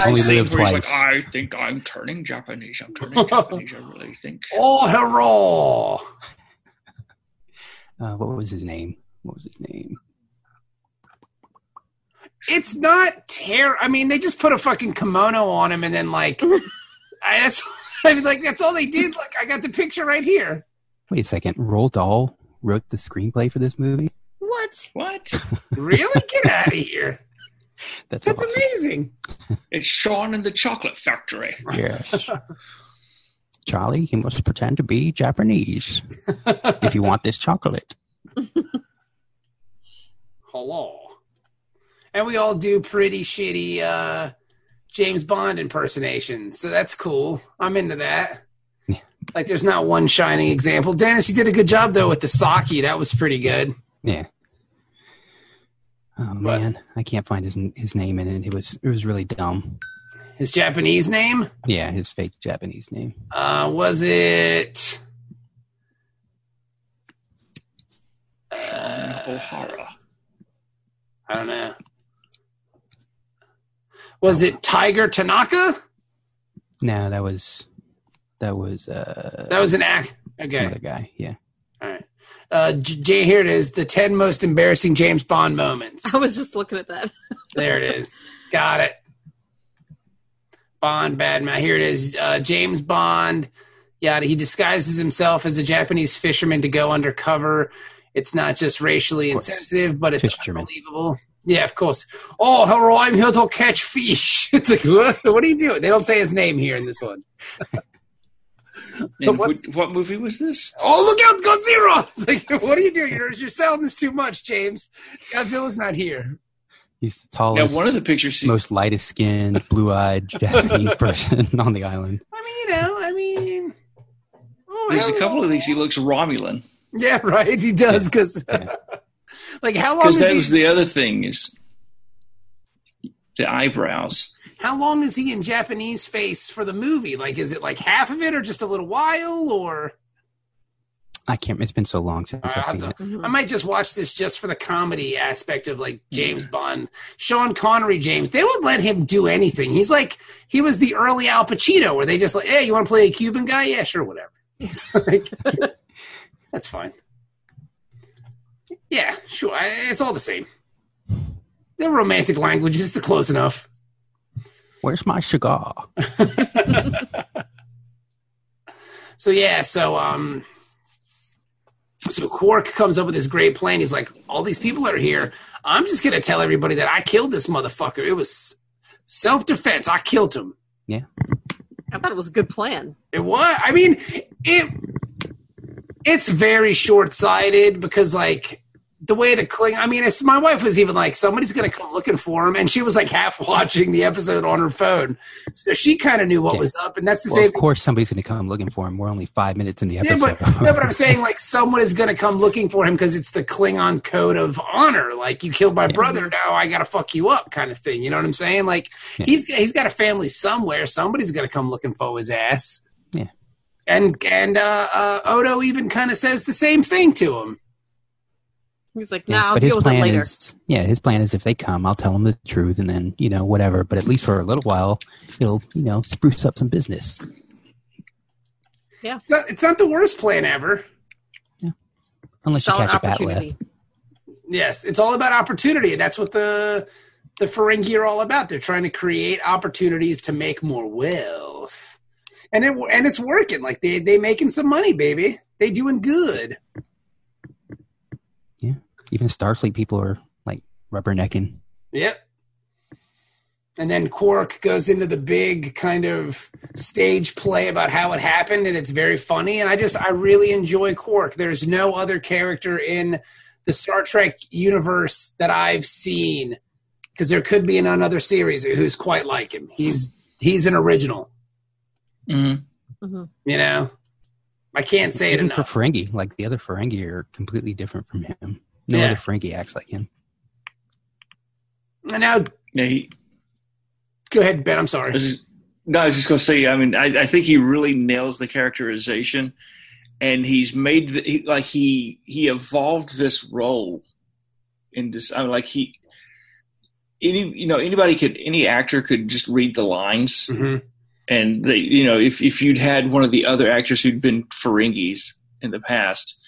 Speaker 4: only
Speaker 3: the scene
Speaker 4: lived
Speaker 3: where he's like,
Speaker 4: twice.
Speaker 3: I think I'm turning Japanese. I'm turning Japanese. I really think.
Speaker 2: Oh, hero.
Speaker 4: Uh, what was his name? What was his name?
Speaker 2: It's not tear. I mean, they just put a fucking kimono on him, and then like, I, that's. I mean, like that's all they did. Like, I got the picture right here.
Speaker 4: Wait a second. Roald Dahl wrote the screenplay for this movie.
Speaker 5: What?
Speaker 3: What?
Speaker 2: Really, get out of here.
Speaker 4: That's,
Speaker 2: That's
Speaker 4: awesome.
Speaker 2: amazing.
Speaker 3: It's Sean in the Chocolate Factory.
Speaker 4: Yes. Charlie, you must pretend to be Japanese if you want this chocolate.
Speaker 2: Hello. And we all do pretty shitty uh, James Bond impersonations, so that's cool. I'm into that.
Speaker 4: Yeah.
Speaker 2: Like, there's not one shining example. Dennis, you did a good job though with the Saki. That was pretty good.
Speaker 4: Yeah. Oh
Speaker 2: What?
Speaker 4: man, I can't find his his name in it. It was it was really dumb.
Speaker 2: His Japanese name
Speaker 4: Yeah, his fake Japanese name.
Speaker 2: uh, was it? Uh,
Speaker 3: O'Hara.
Speaker 2: I don't know. Was it Tiger Tanaka?
Speaker 4: No, that was that was uh
Speaker 2: That was an act.
Speaker 4: some
Speaker 2: Okay.
Speaker 4: other guy. Yeah.
Speaker 2: All right. Uh, J- Jay, here it is. The 10 most embarrassing James Bond moments.
Speaker 5: I was just looking at that.
Speaker 2: there it is. Got it. Bond badmouth. Here it is. Uh, James Bond. Yada. He disguises himself as a Japanese fisherman to go undercover. It's not just racially
Speaker 4: Of course.
Speaker 2: insensitive, but it's
Speaker 4: Fisherman.
Speaker 2: unbelievable. Yeah, of course. Oh, hello, I'm here to catch fish. It's like, what, what are you doing? They don't say his name here in this one.
Speaker 3: And what,
Speaker 2: what's-
Speaker 3: what movie was this?
Speaker 2: Oh, look out, Godzilla! It's like, what are you doing? You're, you're selling this too much, James. Godzilla's not here.
Speaker 4: He's the
Speaker 3: Yeah,
Speaker 4: tallest,
Speaker 3: one of the pictures. he-
Speaker 4: most lightest skinned, blue eyed Japanese person on the island.
Speaker 2: I mean, you know, I mean, oh,
Speaker 3: There's a
Speaker 2: hell.
Speaker 3: couple of these. He looks Romulan
Speaker 2: Yeah, right. He does because,
Speaker 4: Yeah.
Speaker 2: like, how long
Speaker 3: because
Speaker 2: is
Speaker 3: that
Speaker 2: he?
Speaker 3: was the other thing is the eyebrows.
Speaker 2: how long is he in Japanese face for the movie? Like, is it like half of it, or just a little while, or?
Speaker 4: I can't it's been so long since
Speaker 2: All right,
Speaker 4: I've
Speaker 2: I'll
Speaker 4: seen
Speaker 2: have
Speaker 4: it.
Speaker 5: Mm-hmm.
Speaker 2: I might just watch this just for the comedy aspect of like James Bond, Sean Connery, James. They would let him do anything. He's like he was the early Al Pacino, where they just like, hey, you want to play a Cuban guy? Yeah, sure, whatever. Like, that's fine. Yeah, sure. I- It's all the same. The romantic language is close enough.
Speaker 4: Where's my cigar?
Speaker 2: So yeah, so um so Quark comes up with this great plan. He's like, all these people are here. I'm just gonna tell everybody that I killed this motherfucker. It was self defense. I killed him.
Speaker 5: I thought it was a good plan.
Speaker 2: It was I mean, it it's very short sighted because like the way to cling I mean, it's, my wife was even like, somebody's gonna come looking for him, and she was like half watching the episode on her phone. So she kind of knew what
Speaker 4: Yeah.
Speaker 2: was up, and that's the
Speaker 4: Well,
Speaker 2: same
Speaker 4: of course somebody's gonna come looking for him. We're only five minutes in the
Speaker 2: Yeah,
Speaker 4: episode.
Speaker 2: but no, but I'm saying like someone is going to come looking for him because it's the Klingon code of honor. Like you killed my brother, now I got to fuck you up, kind of thing. You know what I'm saying? Like
Speaker 4: Yeah.
Speaker 2: he's he's got a family somewhere. Somebody's going to come looking for his ass.
Speaker 4: Yeah.
Speaker 2: And and uh, uh, Odo even kind of says the same thing to him.
Speaker 5: He's like,
Speaker 4: Yeah,
Speaker 5: nah, I'll
Speaker 4: but his
Speaker 5: deal with it
Speaker 4: plan
Speaker 5: later.
Speaker 4: is yeah, his plan is if they come, I'll tell them the truth and then, you know, whatever. But at least for a little while, it'll, you know, spruce up some business.
Speaker 2: It's not, it's not the worst plan ever.
Speaker 4: Unless you
Speaker 5: Solid
Speaker 4: catch a bat left.
Speaker 5: opportunity.
Speaker 2: Yes, it's all about opportunity, and that's what the the Ferengi are all about. They're trying to create opportunities to make more wealth, and it and it's working. Like they they making some money, baby. They doing good.
Speaker 4: Even Starfleet people are like rubbernecking.
Speaker 2: Yep. And then Quark goes into the big kind of stage play about how it happened, and it's very funny. And I just, I really enjoy Quark. There's no other character in the Star Trek universe that I've seen, because there could be in another series who's quite like him. He's he's an original,
Speaker 3: Mm-hmm.
Speaker 5: Mhm.
Speaker 2: you know. I can't say it
Speaker 4: Even
Speaker 2: enough.
Speaker 4: for Ferengi, like the other Ferengi are completely different from him. No
Speaker 2: Yeah.
Speaker 4: other Ferengi acts like him.
Speaker 2: And now,
Speaker 3: Yeah, he,
Speaker 2: go ahead, Ben. I'm
Speaker 3: I
Speaker 2: sorry.
Speaker 3: was just- no, I was just gonna say. I mean, I, I think he really nails the characterization, and he's made the, he, like he he evolved this role in this. I mean, like he any you know anybody could any actor could just read the lines,
Speaker 2: Mhm.
Speaker 3: and they you know if if you'd had one of the other actors who'd been Ferengis in the past,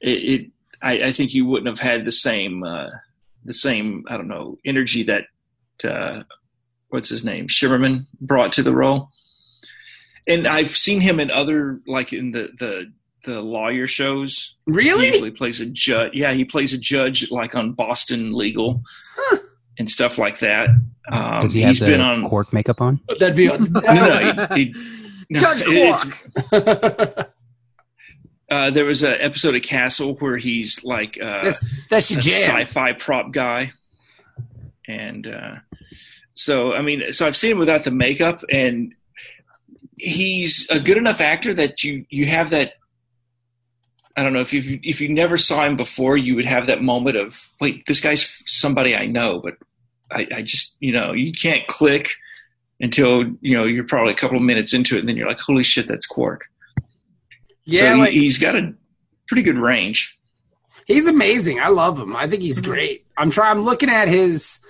Speaker 3: it, it I, I think you wouldn't have had the same uh, the same I don't know energy that. Uh, what's his name Shimmerman brought to the role. And I've seen him in other like in the the the lawyer shows. He
Speaker 2: Really?
Speaker 3: usually plays a judge. Yeah, he plays a judge like on Boston Legal and stuff like that. Um,
Speaker 4: Does he
Speaker 3: he's
Speaker 4: have the
Speaker 3: been on.
Speaker 4: Quark makeup on?
Speaker 2: That'd be.
Speaker 3: No, no, he- he- no,
Speaker 5: Judge
Speaker 3: it's-
Speaker 5: Quark.
Speaker 3: uh, there was an episode of Castle where he's like uh,
Speaker 2: that's that's your
Speaker 3: a
Speaker 2: jam.
Speaker 3: sci-fi prop guy, and uh, so I mean, so I've seen him without the makeup, and he's a good enough actor that you you have that. I don't know if you if you never saw him before, you would have that moment of wait, this guy's somebody I know, but I, I just you know you can't click until you know you're probably a couple of minutes into it, and then you're like, holy shit, that's Quark.
Speaker 2: Yeah,
Speaker 3: so
Speaker 2: like-
Speaker 3: he, he's got a pretty good range.
Speaker 2: He's amazing. I love him. I think he's
Speaker 5: Mhm.
Speaker 2: great. I'm trying. I'm looking at his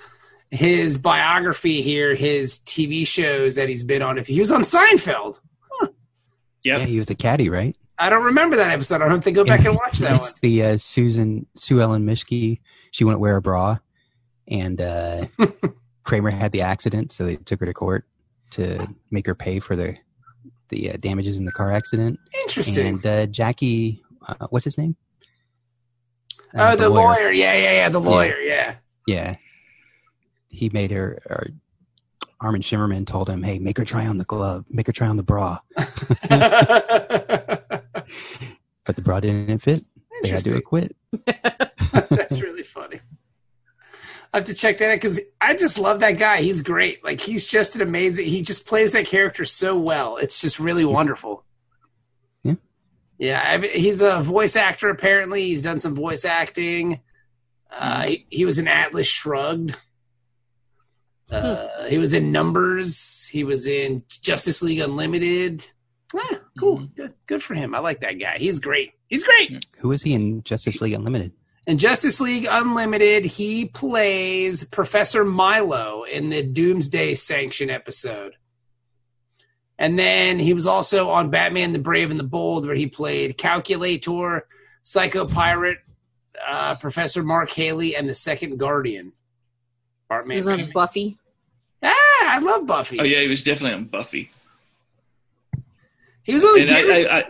Speaker 2: his biography here, his TV shows that he's been on. If he was on Seinfeld,
Speaker 3: Yep.
Speaker 4: Yeah, he was the caddy, right?
Speaker 2: I don't remember that episode. I don't have to go back and watch that
Speaker 4: it's the uh, Susan Sue Ellen Mishke. She wouldn't wear a bra, and uh, Kramer had the accident, so they took her to court to make her pay for the the uh, damages in the car accident.
Speaker 2: one. Interesting.
Speaker 4: And uh, Jackie, uh, what's his name? Uh,
Speaker 2: oh, the, lawyer. Yeah, yeah, yeah. The lawyer. Yeah.
Speaker 4: Yeah, he made her. Or Armin Shimmerman told him, "Hey, make her try on the glove, make her try on the bra," but the bra didn't fit. They had
Speaker 2: Interesting.
Speaker 4: to acquit.
Speaker 2: That's really funny. I have to check that out because I just love that guy. He's great. Like he's just an amazing. He just plays that character so well. It's just really wonderful.
Speaker 4: Yeah.
Speaker 2: Yeah. I mean, he's a voice actor. Apparently, he's done some voice acting. Uh, he, he was in Atlas Shrugged. Uh, he was in Numbers. He was in Justice League Unlimited. Ah, cool. Good. Good for him. I like that guy. He's great. He's great.
Speaker 4: Who is he in Justice League Unlimited?
Speaker 2: In Justice League Unlimited, he plays Professor Milo in the Doomsday Sanction episode. And then he was also on Batman the Brave and the Bold, where he played Calculator, Psycho Pirate, uh, Professor Mark Haley, and the Second Guardian.
Speaker 5: He
Speaker 2: Bartman.
Speaker 5: was on Buffy.
Speaker 2: ah, I love Buffy.
Speaker 3: Oh yeah, he was definitely on Buffy.
Speaker 2: He was on the
Speaker 3: And
Speaker 2: Get
Speaker 3: I,
Speaker 2: Rich-
Speaker 3: I, I,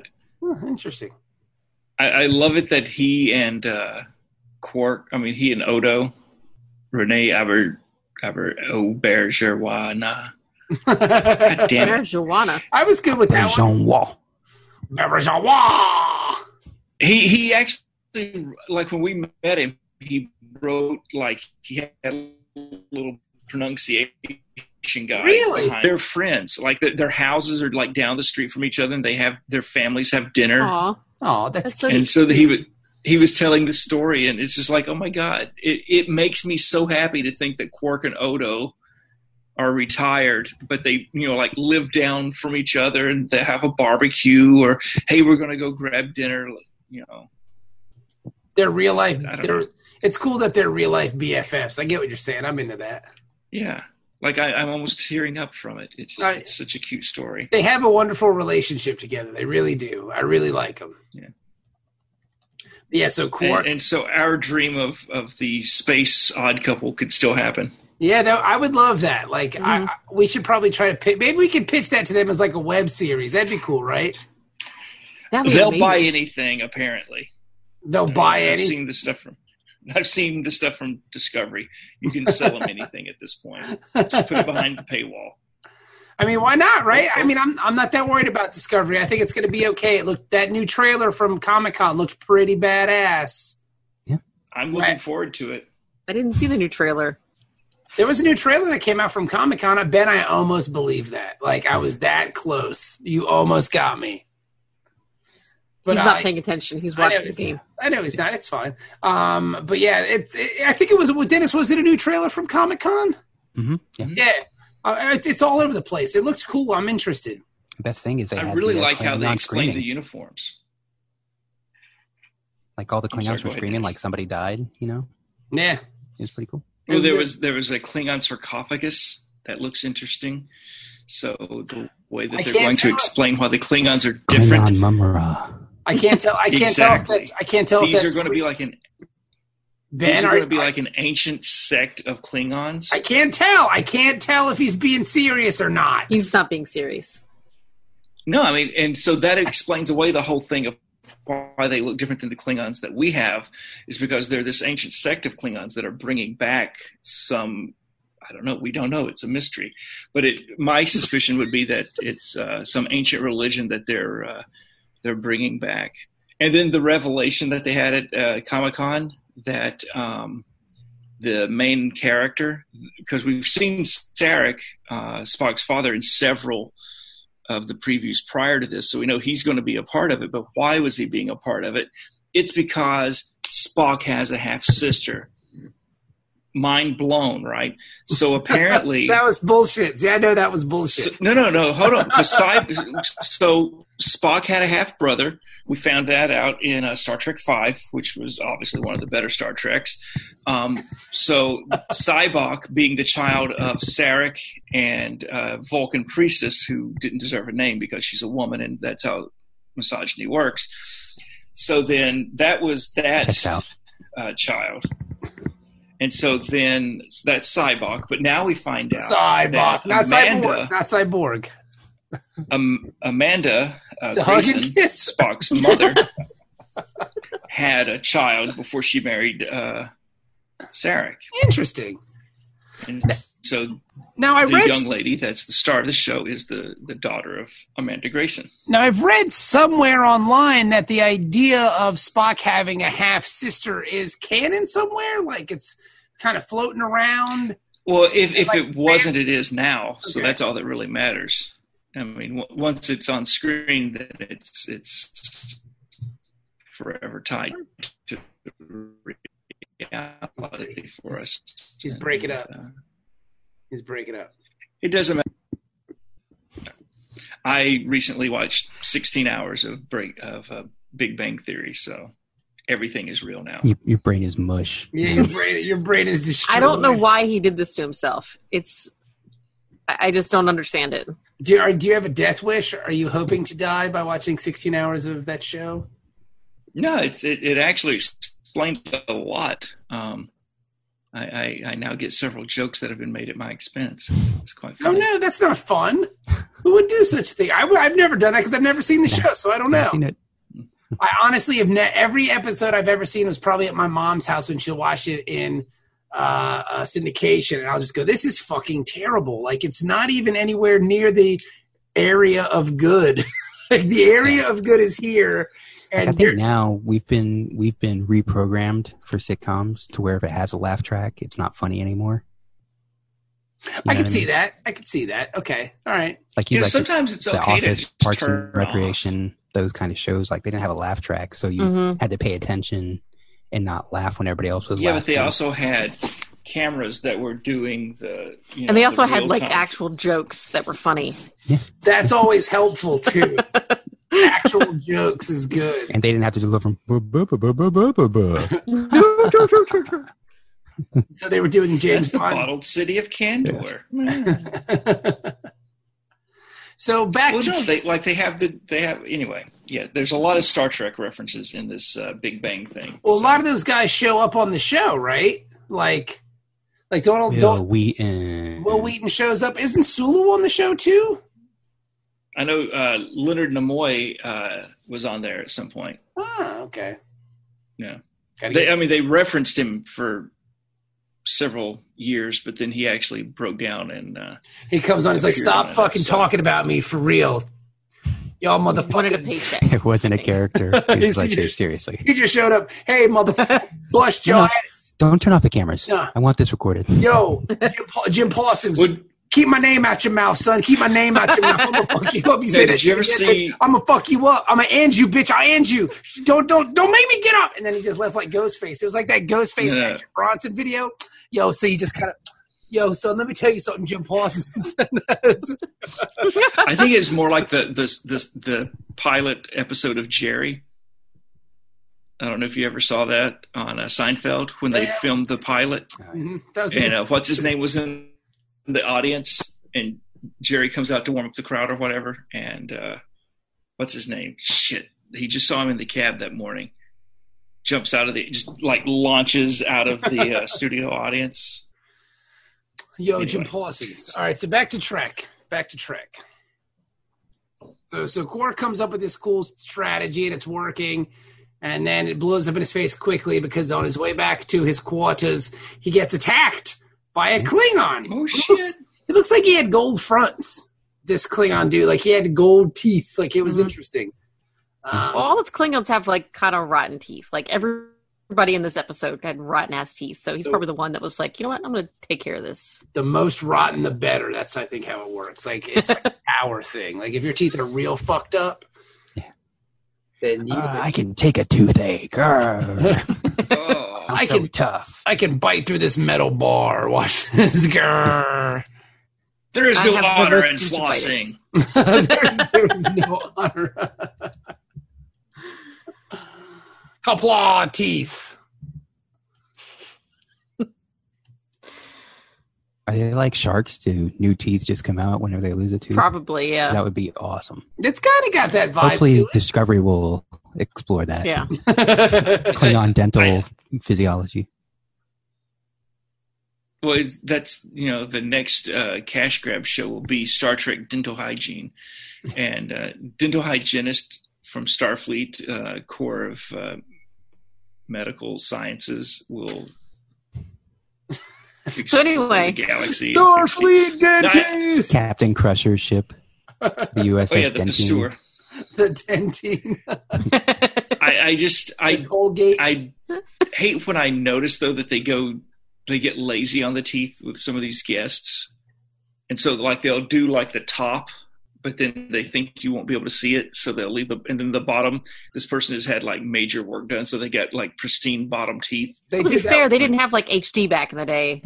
Speaker 2: Huh, Interesting.
Speaker 3: I I love it that he and uh, Quark, I mean he and Odo, Renee Aber Aber Aubergeois. God damn
Speaker 5: Where's
Speaker 3: it.
Speaker 5: Joanna?
Speaker 2: I was good with that one.
Speaker 4: Jean Wall.
Speaker 2: Arizona.
Speaker 3: He he actually like when we met him, he wrote like he had a little pronunciation guy.
Speaker 2: Really?
Speaker 3: They're friends. Like their their houses are like down the street from each other and they have their families have dinner.
Speaker 5: Aw.
Speaker 2: Oh, that's,
Speaker 5: That's so
Speaker 2: cute.
Speaker 3: and so that he was he was telling the story and it's just like oh my god it, it makes me so happy to think that quark and odo are retired but they you know like live down from each other and they have a barbecue or hey we're going to go grab dinner like, you know
Speaker 2: they're real life.
Speaker 3: I don't
Speaker 2: They're, it's cool that they're real life BFFs. I get what you're saying. I'm into that.
Speaker 3: yeah like I, i'm almost tearing up from it it's, just,
Speaker 2: Right.
Speaker 3: it's such a cute story
Speaker 2: They have a wonderful relationship together. They really do. I really like them.
Speaker 3: Yeah.
Speaker 2: Yeah. So
Speaker 3: and,
Speaker 2: Quark.
Speaker 3: and so our dream of of the space odd couple could still happen
Speaker 2: Yeah, no, I would love that. Like, I,
Speaker 3: Mm-hmm.
Speaker 2: I- we should probably try to pitch. Maybe we could pitch that to them as like a web series. That'd be cool, right?
Speaker 5: That'd be
Speaker 3: They'll
Speaker 5: amazing.
Speaker 3: buy anything, apparently.
Speaker 2: They'll buy
Speaker 3: Mm-hmm. I've
Speaker 2: any.
Speaker 3: seen the stuff from. I've seen the stuff from Discovery. You can sell them anything at this point. Just put it behind the paywall.
Speaker 2: I mean, why not, right? I mean, I'm I'm not that worried about Discovery. I think it's going to be okay. It looked that new trailer from Comic Con looked pretty badass.
Speaker 3: I'm looking
Speaker 2: Right.
Speaker 3: forward to it.
Speaker 5: I didn't see the new trailer.
Speaker 2: There was a new trailer that came out from Comic Con. I bet I almost believed that. Like I was that close. You almost got me.
Speaker 5: he's not
Speaker 2: I-
Speaker 5: paying attention. He's
Speaker 2: I know
Speaker 5: watching the
Speaker 2: he's
Speaker 5: game.
Speaker 2: not. I know he's not. It's fine. Um, but yeah, it's. It, I think it was. well, Dennis, was it a new trailer from Comic Con?
Speaker 4: Mm-hmm. Yeah.
Speaker 2: Yeah. Uh, it's, it's all over the place. It looked cool. I'm interested.
Speaker 4: The best thing is they
Speaker 3: I
Speaker 4: had
Speaker 3: really
Speaker 4: the, uh,
Speaker 3: like how they
Speaker 4: Klingon
Speaker 3: explain
Speaker 4: screaming.
Speaker 3: the uniforms.
Speaker 4: like all the
Speaker 3: I'm
Speaker 4: Klingons
Speaker 3: sorry, go
Speaker 4: were
Speaker 3: ahead,
Speaker 4: screaming
Speaker 3: Dennis.
Speaker 4: like somebody died. You know,
Speaker 2: Yeah.
Speaker 4: it was pretty cool.
Speaker 3: Well,
Speaker 5: Was
Speaker 3: there
Speaker 5: there-
Speaker 3: was there was a Klingon sarcophagus that looks interesting. So the way
Speaker 2: I
Speaker 3: that they're
Speaker 2: can't
Speaker 3: going to
Speaker 2: tell.
Speaker 3: explain why the Klingons are different,
Speaker 4: Klingon Mumra.
Speaker 2: I can't tell. I can't tell
Speaker 3: Exactly.
Speaker 2: if that's. I can't tell if
Speaker 3: these are
Speaker 2: that's
Speaker 3: going to be like an
Speaker 2: Ben.
Speaker 3: these are
Speaker 2: are-
Speaker 3: going to be like an ancient sect of Klingons.
Speaker 2: I can't tell. I can't tell if he's being serious or not.
Speaker 5: He's not being serious.
Speaker 3: No, I mean, and so that explains away the whole thing of why they look different than the Klingons that we have, is because they're this ancient sect of Klingons that are bringing back some. I don't know. We don't know. It's a mystery. But it, my suspicion would be that it's uh, some ancient religion that they're uh, they're bringing back. And then the revelation that they had at uh, Comic Con that um, the main character, because we've seen Sarek, uh, Spock's father, in several of the previews prior to this, so we know he's going to be a part of it. But why was he being a part of it? It's because Spock has a half sister. Mind blown, right? So apparently,
Speaker 2: That was bullshit. See, I know that was
Speaker 3: so,
Speaker 2: bullshit.
Speaker 3: no, no, no. Hold on. 'Cause Cy- so Spock had a half brother. We found that out in uh, Star Trek Five, which was obviously one of the better Star Treks. Um, so Cybok, being the child of Sarek and uh, Vulcan priestess, who didn't deserve a name because she's a woman, and that's how misogyny works. So then that was that
Speaker 4: Checked out.
Speaker 3: uh, child. And so then that's Cybok, but now we find out
Speaker 2: Cyborg,
Speaker 3: that
Speaker 2: not
Speaker 3: Amanda,
Speaker 2: cyborg, not cyborg.
Speaker 3: um, Amanda uh,
Speaker 2: To hug and
Speaker 3: Grayson,
Speaker 2: kiss.
Speaker 3: Spock's mother, had a child before she married uh, Sarek,
Speaker 2: Interesting.
Speaker 3: and so
Speaker 2: Now I
Speaker 3: the
Speaker 2: read.
Speaker 3: young lady that's the star of the show is the the daughter of Amanda Grayson.
Speaker 2: Now, I've read somewhere online that the idea of Spock having a half sister is canon somewhere. Like it's kind of floating around.
Speaker 3: Well, if if
Speaker 2: Like,
Speaker 3: it wasn't, it is now. So
Speaker 2: Okay.
Speaker 3: that's all that really matters. I mean, w- once it's on screen, then it's it's forever tied to reality for us.
Speaker 2: She's breaking
Speaker 3: And,
Speaker 2: up.
Speaker 3: uh,
Speaker 2: He's breaking up.
Speaker 3: It doesn't matter. I recently watched 16 hours of break of uh, Big Bang Theory, so everything is real now.
Speaker 4: Your, your brain is mush.
Speaker 2: Yeah,
Speaker 3: Hmm.
Speaker 2: your brain, your brain is destroyed.
Speaker 5: I don't know why he did this to himself. It's I I just don't understand it.
Speaker 2: Do you, are, do you have a death wish? Are you hoping to die by watching 16 hours of that show?
Speaker 3: No, it's it, it actually explains a lot. Um, I, I I now get several jokes that have been made at my expense. It's, it's quite
Speaker 2: Oh
Speaker 3: funny.
Speaker 2: no, that's not fun. Who would do such a thing? I, have never done that because I've never seen the show, so I don't know.
Speaker 4: I've seen it.
Speaker 2: I honestly have ne- every episode I've ever seen was probably at my mom's house when she'll watch it in uh, uh, syndication, and I'll just go, "This is fucking terrible! Like it's not even anywhere near the area of good. like the area of good is here,
Speaker 4: Like, I
Speaker 2: and
Speaker 4: think
Speaker 2: you're,
Speaker 4: now we've been we've been reprogrammed for sitcoms to where if it has a laugh track, it's not funny anymore. You know
Speaker 2: I
Speaker 4: what
Speaker 2: can see
Speaker 4: mean?
Speaker 2: that. I can see that. Okay, all right.
Speaker 4: Like
Speaker 3: You
Speaker 4: you
Speaker 3: know,
Speaker 4: like the,
Speaker 3: sometimes it's
Speaker 4: the
Speaker 3: okay to
Speaker 4: Office,
Speaker 3: just
Speaker 4: Parks
Speaker 3: turn
Speaker 4: and
Speaker 3: it off.
Speaker 4: Recreation, those kind of shows. Like they didn't have a laugh track, so you
Speaker 3: Mm-hmm.
Speaker 5: Mhm.
Speaker 4: had to pay attention and not laugh when everybody else was
Speaker 3: Yeah, but
Speaker 4: laughing.
Speaker 3: they also had cameras that were doing the you know,
Speaker 5: And they
Speaker 3: the
Speaker 5: also had like
Speaker 3: real-time-
Speaker 5: actual jokes that were funny.
Speaker 2: That's always helpful too. Actual jokes is good.
Speaker 4: and they didn't have to deliver from "Buh, buh, buh, buh, buh, buh, buh, buh."
Speaker 2: So they were doing
Speaker 3: That's
Speaker 2: James
Speaker 3: the
Speaker 2: Bond.
Speaker 3: bottled city of Candor.
Speaker 2: so back
Speaker 3: well,
Speaker 2: to
Speaker 3: no, they like they have the they have anyway. Yeah, there's a lot of Star Trek references in this uh, Big Bang thing.
Speaker 2: Well, a
Speaker 3: So-
Speaker 2: lot of those guys show up on the show, right? Like, Like Donald,
Speaker 4: Bill
Speaker 2: Donald
Speaker 4: Wheaton.
Speaker 2: Will Wheaton shows up. Isn't Sulu on the show too?
Speaker 3: I know uh, Leonard Nimoy uh, was on there at some point.
Speaker 2: Ah, okay.
Speaker 3: Yeah.
Speaker 2: Gotta
Speaker 3: They,
Speaker 2: get-
Speaker 3: I mean, they referenced him for several years, but then he actually broke down and uh,
Speaker 2: he comes on. He's like,
Speaker 3: appeared
Speaker 2: "Stop
Speaker 3: on an
Speaker 2: fucking
Speaker 3: episode.
Speaker 2: talking about me for real, y'all
Speaker 5: Wanted a
Speaker 2: motherfuckers."
Speaker 5: paycheck.
Speaker 4: It wasn't a character. It was
Speaker 2: He's-
Speaker 4: like, seriously.
Speaker 2: He just showed up. Hey, motherfucker, bust your
Speaker 4: No.
Speaker 2: ass.
Speaker 4: Don't turn off the cameras.
Speaker 2: No.
Speaker 4: I want this recorded.
Speaker 2: Yo, Jim, pa- Jim Parsons.
Speaker 3: Would-
Speaker 2: Keep my name out your mouth, son. Keep my name out your mouth. I'm gonna fuck you up. You say
Speaker 3: Did
Speaker 2: that
Speaker 3: you
Speaker 2: shit
Speaker 3: ever
Speaker 2: again,
Speaker 3: see-
Speaker 2: bitch. I'm gonna fuck you up. I'm gonna end you, bitch. I end you. Don't don't don't make me get up. And then he just left like Ghostface. It was like that Ghostface
Speaker 3: Yeah.
Speaker 2: Action Bronson video. Yo, so you just kind of, yo, son. Let me tell you something, Jim Parsons.
Speaker 3: I think it's more like the the the, the pilot episode of Jerry. I don't know if you ever saw that on uh, Seinfeld when they
Speaker 2: Yeah.
Speaker 3: filmed the pilot,
Speaker 2: Mhm. that was
Speaker 3: and uh, what's his name was in the audience, and Jerry comes out to warm up the crowd or whatever, and uh, what's his name? Shit, he just saw him in the cab that morning. Jumps out of the just like launches out of the uh, studio audience.
Speaker 2: Yo,
Speaker 3: Anyway.
Speaker 2: Jim Parsons. All right, so back to Trek. Back to Trek. So so Quark comes up with this cool strategy and it's working, and then it blows up in his face quickly because on his way back to his quarters, he gets attacked by a Klingon. It
Speaker 3: Oh,
Speaker 2: looks,
Speaker 3: shit.
Speaker 2: it looks like he had gold fronts. This Klingon dude, like he had gold teeth. Like it was
Speaker 3: Hmm.
Speaker 5: Mhm.
Speaker 2: interesting.
Speaker 3: Oh,
Speaker 5: Well,
Speaker 2: Um,
Speaker 5: all its Klingons have like kind of rotten teeth. Like everybody in this episode had rotten ass teeth, so he's
Speaker 2: So-
Speaker 5: probably the one that was like, you know what, I'm going to take care of this.
Speaker 2: the most rotten, the better. That's I think how it works. Like it's like a power thing. Like if your teeth are real fucked up,
Speaker 4: Yeah.
Speaker 2: then you.
Speaker 4: Ah, I can take a toothache. Grr.
Speaker 3: Oh.
Speaker 4: I'm
Speaker 2: I
Speaker 4: so
Speaker 2: can-
Speaker 4: tough.
Speaker 2: I can bite through this metal bar. Watch this. Grrr.
Speaker 3: There is
Speaker 5: I
Speaker 3: no
Speaker 5: have
Speaker 3: honor in
Speaker 5: reverse
Speaker 3: flossing.
Speaker 5: denturitis.
Speaker 2: There's, there's no honor. Kapla teeth.
Speaker 4: Are they like sharks? Do new teeth just come out whenever they lose a tooth?
Speaker 5: Probably, yeah.
Speaker 4: That would be awesome.
Speaker 2: It's kind of got that vibe.
Speaker 4: Hopefully,
Speaker 2: to
Speaker 4: Discovery will explore that.
Speaker 5: Yeah.
Speaker 2: it.
Speaker 4: Klingon dental
Speaker 3: Oh, I-
Speaker 4: physiology.
Speaker 3: Well, it's, that's you know the next uh, cash grab show will be Star Trek dental hygiene, and uh, dental hygienist from Starfleet uh, Corps of uh, Medical Sciences will. explore
Speaker 5: anyway.
Speaker 3: the galaxy.
Speaker 2: Starfleet dentist.
Speaker 4: Captain Crusher's ship, the USS
Speaker 3: Oh yeah, the,
Speaker 4: Dentine.
Speaker 3: the store.
Speaker 2: The dentine.
Speaker 3: I, I just
Speaker 2: The
Speaker 3: I
Speaker 2: Colgate.
Speaker 3: I hate when I notice though that they go they get lazy on the teeth with some of these guests. And so like they'll do like the top, but then they think you won't be able to see it, so they'll leave the and then the bottom, this person has had like major work done, so they got like pristine bottom teeth.
Speaker 2: they
Speaker 5: Well, to be
Speaker 2: did that-
Speaker 5: fair, they didn't have like HD back in the day.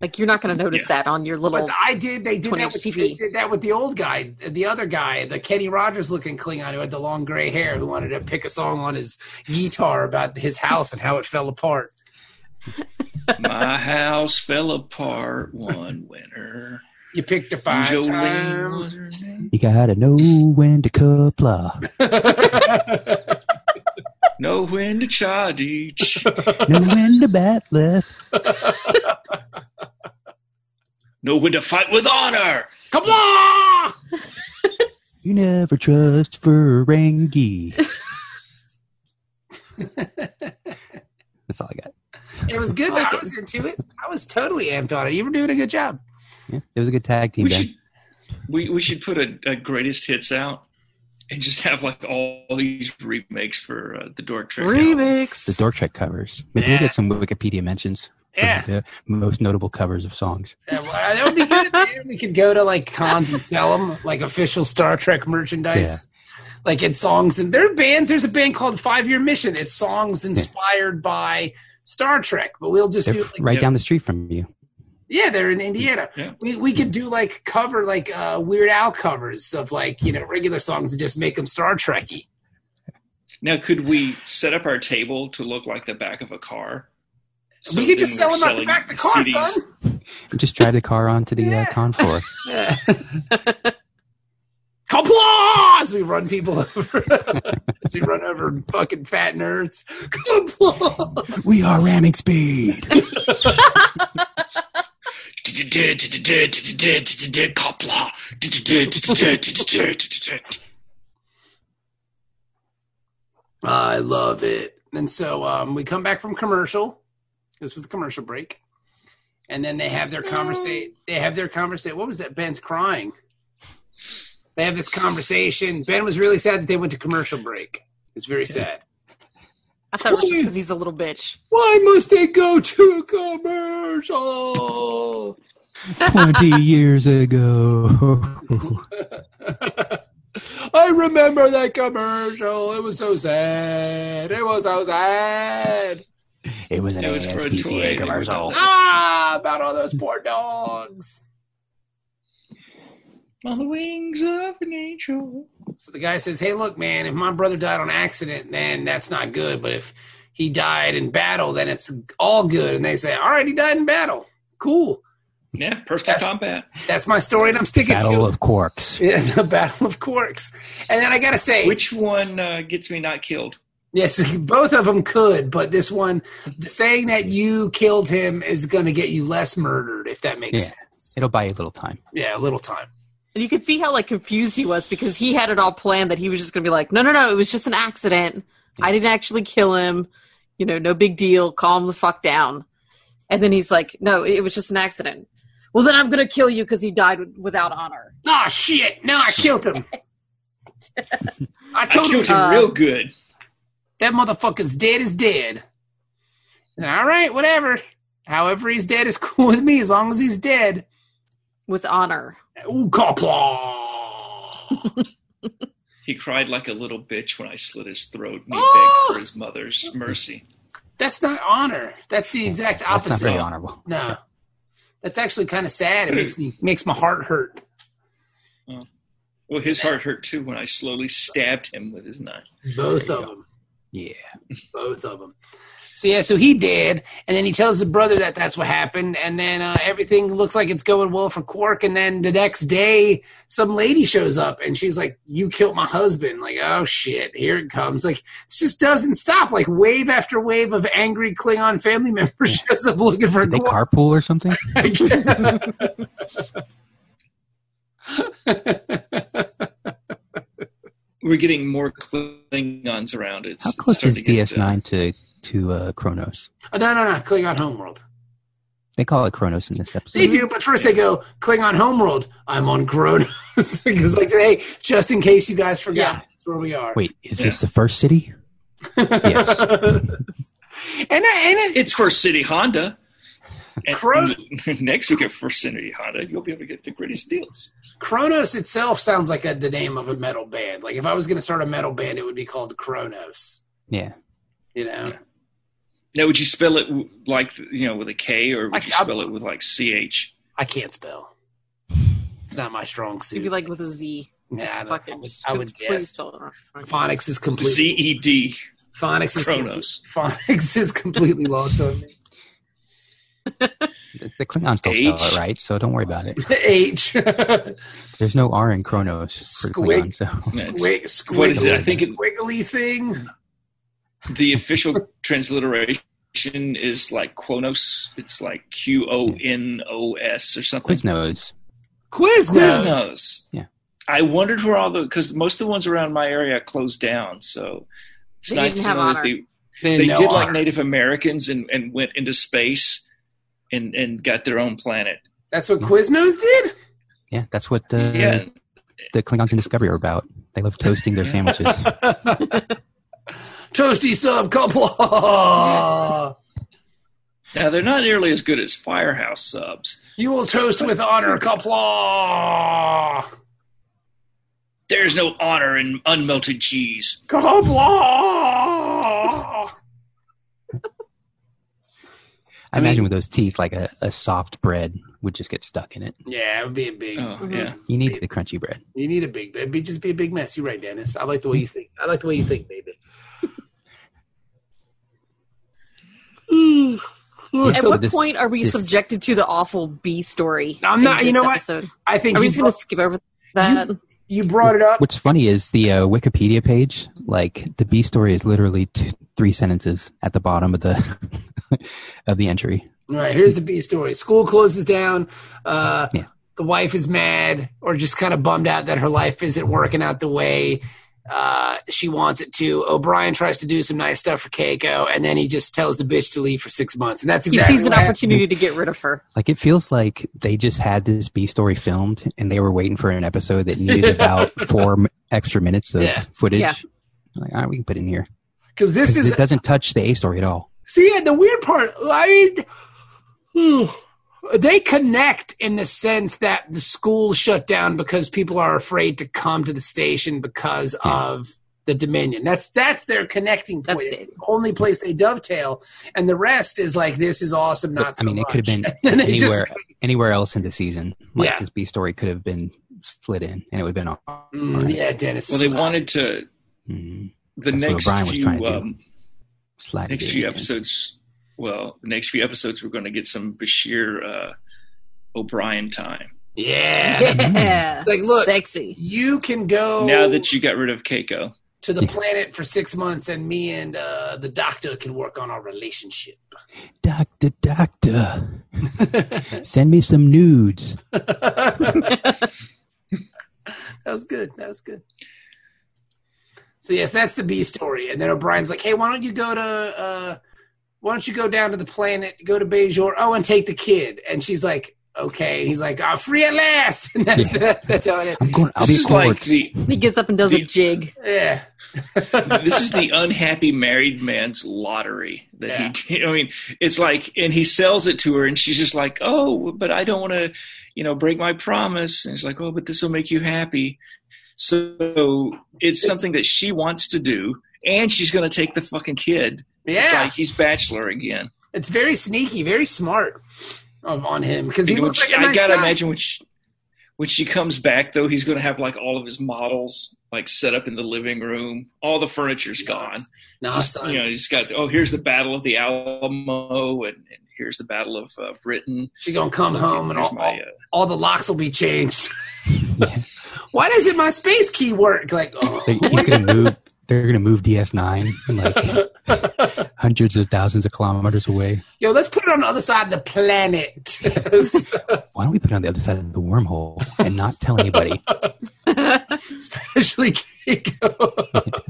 Speaker 5: Like you're not going to notice that on your little.
Speaker 2: But I did. They did
Speaker 5: 20
Speaker 2: that with
Speaker 5: TV.
Speaker 2: they did that with the old guy, the other guy, the Kenny Rogers looking Klingon who had the long gray hair, who wanted to pick a song on his guitar about his house and how it fell apart.
Speaker 3: My house fell apart one winter.
Speaker 2: You picked a fine
Speaker 3: Jolene
Speaker 2: time.
Speaker 3: was her name.
Speaker 4: You gotta know when to couple,
Speaker 3: No when to child each.
Speaker 4: know when to bat left.
Speaker 3: No when to fight with honor.
Speaker 2: Come on!
Speaker 4: You never trust Ferengi. That's all I got.
Speaker 2: It was good. Though. I was into it. I was totally amped on it. You were doing a good job.
Speaker 4: Yeah, it was a good tag team.
Speaker 3: we
Speaker 4: Ben.
Speaker 3: should we, we should put a, a greatest hits out and just have like all these remakes for uh, the Dork Trick. album.
Speaker 4: The Dork Trek covers. Maybe
Speaker 2: Yeah.
Speaker 4: we'll get some Wikipedia mentions for
Speaker 2: Yeah.
Speaker 4: the most notable covers of songs.
Speaker 2: Yeah, well, that would be good. man. we could go to like cons and sell them like official Star Trek merchandise,
Speaker 4: Yeah.
Speaker 2: like in songs. And there are bands. There's a band called Five Year Mission. It's songs inspired by Star Trek, but we'll just
Speaker 4: They're
Speaker 2: do
Speaker 4: f-
Speaker 2: like
Speaker 4: right
Speaker 3: yeah.
Speaker 4: down the street from you.
Speaker 2: yeah, they're in Indiana.
Speaker 3: Yeah.
Speaker 2: We we could do like cover like uh, Weird Al covers of like you know regular songs and just make them Star Trekky.
Speaker 3: Now, could we set up our table to look like the back of a car? So
Speaker 2: we could
Speaker 3: then
Speaker 2: just sell
Speaker 3: we're
Speaker 2: them out the
Speaker 3: selling
Speaker 2: back of the car,
Speaker 3: CDs.
Speaker 2: son.
Speaker 4: Just drive the car onto the uh, con floor.
Speaker 2: Yeah. Complaws! We run people over. As we run over fucking fat nerds. Complaws!
Speaker 4: we are ramming speed.
Speaker 3: Copla.
Speaker 2: I love it. And so um, we come back from commercial. This was the commercial break, and then they have their conversation. They have their conversation. What was that? Ben's crying. They have this conversation. Ben was really sad that they went to commercial break. It's very sad.
Speaker 5: I thought it was just because he's a little bitch.
Speaker 2: Why must they go to commercial?
Speaker 4: 20 years ago.
Speaker 2: I remember that commercial. It was so sad. It was so sad.
Speaker 4: It was an
Speaker 3: It was for a toy.
Speaker 4: ASPCA commercial.
Speaker 2: Ah, about all those poor dogs.
Speaker 3: On the wings of an angel.
Speaker 2: So the guy says, "Hey, look, man, if my brother died on accident, then that's not good. But if he died in battle, then it's all good." And they say, "All right, he died in battle. Cool.
Speaker 3: Yeah, personal
Speaker 2: That's-
Speaker 3: combat.
Speaker 2: That's my story, and I'm sticking
Speaker 4: Battle
Speaker 2: to
Speaker 4: of Quarks.
Speaker 2: it." Yeah, the Battle of Corks. And then I gotta say,
Speaker 3: Which one uh, gets me not killed?
Speaker 2: yes, both of them could, but this one, the saying that you killed him is gonna get you less murdered, if that makes
Speaker 4: Yeah.
Speaker 2: sense.
Speaker 4: It'll buy you a little time.
Speaker 2: Yeah, a little time.
Speaker 5: And you could see how like confused he was because he had it all planned that he was just going to be like, no, no, no, it was just an accident. I didn't actually kill him. You know, no big deal. Calm the fuck down. And then he's like, no, it was just an accident. Well, then I'm going to kill you because he died w- without honor.
Speaker 2: Ah, shit! No, I killed him. I
Speaker 3: I
Speaker 2: told you
Speaker 3: killed him
Speaker 5: Uh,
Speaker 3: real good.
Speaker 2: That motherfucker's dead is dead. All right, whatever. However, he's dead is cool with me as long as he's dead.
Speaker 5: With honor.
Speaker 2: Ooh, Kapla.
Speaker 3: He cried like a little bitch when I slit his throat and he
Speaker 2: Oh!
Speaker 3: begged for his mother's mercy.
Speaker 2: That's not honor. That's the exact
Speaker 4: That's not
Speaker 2: opposite.
Speaker 4: very honorable.
Speaker 2: No, that's actually kind of sad. It makes me makes my heart hurt.
Speaker 3: Well, his heart hurt too when I slowly stabbed him with his knife.
Speaker 2: Both of them.
Speaker 4: Yeah.
Speaker 2: both of them. So yeah, so he did, and then he tells his brother that that's what happened, and then uh, everything looks like it's going well for Quark, and then the next day, some lady shows up, and she's like, "You killed my husband!" Like, oh shit, here it comes! Like, it just doesn't stop. Like wave after wave of angry Klingon family members shows up looking for
Speaker 4: Did they
Speaker 2: Quark.
Speaker 4: carpool or something?
Speaker 3: We're getting more Klingons around. It's
Speaker 4: How
Speaker 3: it's
Speaker 4: close
Speaker 3: starting
Speaker 4: is
Speaker 3: to get, uh,
Speaker 4: DS9 to, to uh, Kronos?
Speaker 2: Oh, no, no, no, Klingon homeworld.
Speaker 4: They call it Kronos in this episode.
Speaker 2: They do, but first they go Klingon homeworld. I'm on Kronos because, like, hey, just in case you guys forgot,
Speaker 5: Yeah.
Speaker 2: that's where we are.
Speaker 4: Wait, is
Speaker 3: Yeah.
Speaker 4: this the first city? Yes.
Speaker 2: and and it,
Speaker 3: it's First City Honda. And
Speaker 2: Cro-
Speaker 3: next week at First City Honda, you'll be able to get the greatest deals.
Speaker 2: Kronos itself sounds like a, the name of a metal band. Like if I was going to start a metal band, it would be called Kronos.
Speaker 4: Yeah.
Speaker 2: You know,
Speaker 3: Now, would you spell it w- like you know with a K, or
Speaker 2: Like,
Speaker 3: would you
Speaker 2: I'm-
Speaker 3: spell it with like CH?
Speaker 2: I can't spell. It's not my strong suit.
Speaker 5: It'd be like with a Z. Just
Speaker 2: yeah, I,
Speaker 5: fuck
Speaker 2: don't- I
Speaker 5: it.
Speaker 2: would,
Speaker 5: Just
Speaker 2: I would
Speaker 5: completely
Speaker 2: guess.
Speaker 5: spell it wrong.
Speaker 2: Phonics is completely
Speaker 3: Z E D
Speaker 2: phonics is
Speaker 3: Kronos.
Speaker 2: phonics is completely lost on me.
Speaker 4: The the Klingons still spell
Speaker 3: H.
Speaker 4: it right, so don't worry about it.
Speaker 2: H.
Speaker 4: There's no R in Kronos for the
Speaker 2: Squig.
Speaker 4: Klingon, so
Speaker 3: That's-
Speaker 2: Wait,
Speaker 3: What is it? I
Speaker 2: squiggly,
Speaker 3: think it,
Speaker 2: squiggly thing.
Speaker 3: the official transliteration is like Quonos. It's like Q O N O S or something.
Speaker 4: Quiznos.
Speaker 2: Quiznos.
Speaker 3: Quiznos.
Speaker 4: Yeah.
Speaker 3: I wondered where all the because most of the ones around my area closed down, so it's
Speaker 5: They
Speaker 3: nice
Speaker 5: didn't
Speaker 3: to
Speaker 5: have
Speaker 3: know
Speaker 5: honor.
Speaker 3: that they,
Speaker 2: They
Speaker 3: they
Speaker 2: know
Speaker 3: did
Speaker 2: honor.
Speaker 3: like Native Americans and, and went into space and and got their own planet.
Speaker 2: That's what Quiznos did.
Speaker 4: Yeah, that's what the
Speaker 3: yeah,
Speaker 4: the Klingons in Discovery are about. They love toasting their sandwiches.
Speaker 2: Toasty sub couple.
Speaker 3: now they're not nearly as good as Firehouse subs.
Speaker 2: You will toast with honor, Kapla.
Speaker 3: There's no honor in unmelted cheese.
Speaker 2: Kapla.
Speaker 4: I imagine with those teeth, like a, a soft bread would just get stuck in it.
Speaker 2: Yeah, it would be a big.
Speaker 3: Oh
Speaker 5: Mhm.
Speaker 3: yeah,
Speaker 4: You need the crunchy bread.
Speaker 2: You need a big. It'd be just be a big mess. You're right, Dennis. I like the way you think. I like the way you think, baby.
Speaker 5: At
Speaker 4: So
Speaker 5: what
Speaker 4: this-
Speaker 5: point are we
Speaker 4: this-
Speaker 5: subjected to the awful B story?
Speaker 2: I'm
Speaker 5: in
Speaker 2: not- you
Speaker 5: this
Speaker 2: know what?
Speaker 5: episode?
Speaker 2: I think
Speaker 5: Are
Speaker 2: you,
Speaker 5: we just
Speaker 2: brought,
Speaker 5: going to skip over that?
Speaker 2: you brought it up.
Speaker 4: What's funny is the uh, Wikipedia page. Like the B story is literally two, three sentences at the bottom of the of the entry.
Speaker 2: All right, here's the B story. School closes down. Uh,
Speaker 4: Yeah.
Speaker 2: The wife is mad or just kind of bummed out that her life isn't working out the way uh, she wants it to. O'Brien tries to do some nice stuff for Keiko, and then he just tells the bitch to leave for six months. And that's
Speaker 5: He
Speaker 2: exactly
Speaker 5: sees an
Speaker 2: what happened.
Speaker 5: opportunity to get rid of her.
Speaker 4: Like it feels like they just had this B story filmed and they were waiting for an episode that needed about four m- extra minutes of
Speaker 2: Yeah.
Speaker 4: footage.
Speaker 5: Yeah.
Speaker 4: Like, all right, we can put it in here.
Speaker 2: Because this
Speaker 4: 'Cause
Speaker 2: is
Speaker 4: it doesn't touch the A story at all.
Speaker 2: See, and the weird part, I mean, whew, they connect in the sense that the school shut down because people are afraid to come to the station because of the Dominion. That's that's their connecting point.
Speaker 5: That's it.
Speaker 2: It's the only place they dovetail, and the rest is like this is awesome. Not,
Speaker 4: But,
Speaker 2: so
Speaker 4: I mean, it could have
Speaker 2: much.
Speaker 4: been
Speaker 2: And they just-
Speaker 4: anywhere anywhere else in the season. Like
Speaker 2: Yeah.
Speaker 4: this B story could have been slid in and it would have been all.
Speaker 2: Mm, yeah, Dennis.
Speaker 3: Well, they wanted to
Speaker 4: Mm,
Speaker 3: the
Speaker 4: That's what
Speaker 3: next
Speaker 4: O'Brien was
Speaker 3: few
Speaker 4: trying to do.
Speaker 3: um,
Speaker 4: slide it
Speaker 3: next
Speaker 4: in
Speaker 3: few
Speaker 4: again.
Speaker 3: episodes. Well, the next few episodes, we're going to get some Bashir uh, O'Brien time.
Speaker 2: yeah.
Speaker 5: Yeah.
Speaker 2: Like, look.
Speaker 5: Sexy.
Speaker 2: You can go
Speaker 3: Now that you got rid of Keiko,
Speaker 2: to the planet for six months, and me and uh, the doctor can work on our relationship.
Speaker 4: Doctor, doctor, send me some nudes.
Speaker 2: that was good. That was good. So yes, that's the B story, and then O'Brien's like, "Hey, why don't you go to uh, why don't you go down to the planet, go to Bejor, oh, and take the kid?" And she's like, "Okay." And he's like, "I'm free at last," and that's the, that's how it is.
Speaker 4: I'm going. I'll
Speaker 3: this
Speaker 4: be
Speaker 3: is like
Speaker 4: quartz.
Speaker 3: the
Speaker 5: He gets up and does a jig.
Speaker 2: Yeah,
Speaker 3: this is the unhappy married man's lottery that
Speaker 2: Yeah.
Speaker 3: he did. I mean, it's like, and he sells it to her, and she's just like, "Oh, but I don't want to, you know, break my promise." And he's like, "Oh, but this will make you happy." So it's something that she wants to do, and she's going to take the fucking kid. It's
Speaker 2: yeah.
Speaker 3: like he's bachelor again.
Speaker 2: It's very sneaky, very smart of on him because he
Speaker 3: And
Speaker 2: looks like
Speaker 3: when she-
Speaker 2: a
Speaker 3: I
Speaker 2: nice
Speaker 3: gotta
Speaker 2: guy.
Speaker 3: imagine when she, when she comes back though, he's gonna have like all of his models like set up in the living room. All the furniture's gone.
Speaker 2: Nah,
Speaker 3: It's just,
Speaker 2: son.
Speaker 3: you know, he's got oh here's the Battle of the Alamo and, and here's the Battle of uh, Britain.
Speaker 2: She gonna come home and
Speaker 3: Here's
Speaker 2: all,
Speaker 3: my, uh,
Speaker 2: all the locks will be changed. Why doesn't my space key work? Like, oh,
Speaker 4: They- he's gonna move. They're gonna move DS9 and like hundreds of thousands of kilometers away.
Speaker 2: yo, let's put it on the other side of the planet.
Speaker 4: Why don't we put it on the other side of the wormhole and not tell anybody?
Speaker 2: Especially Keiko.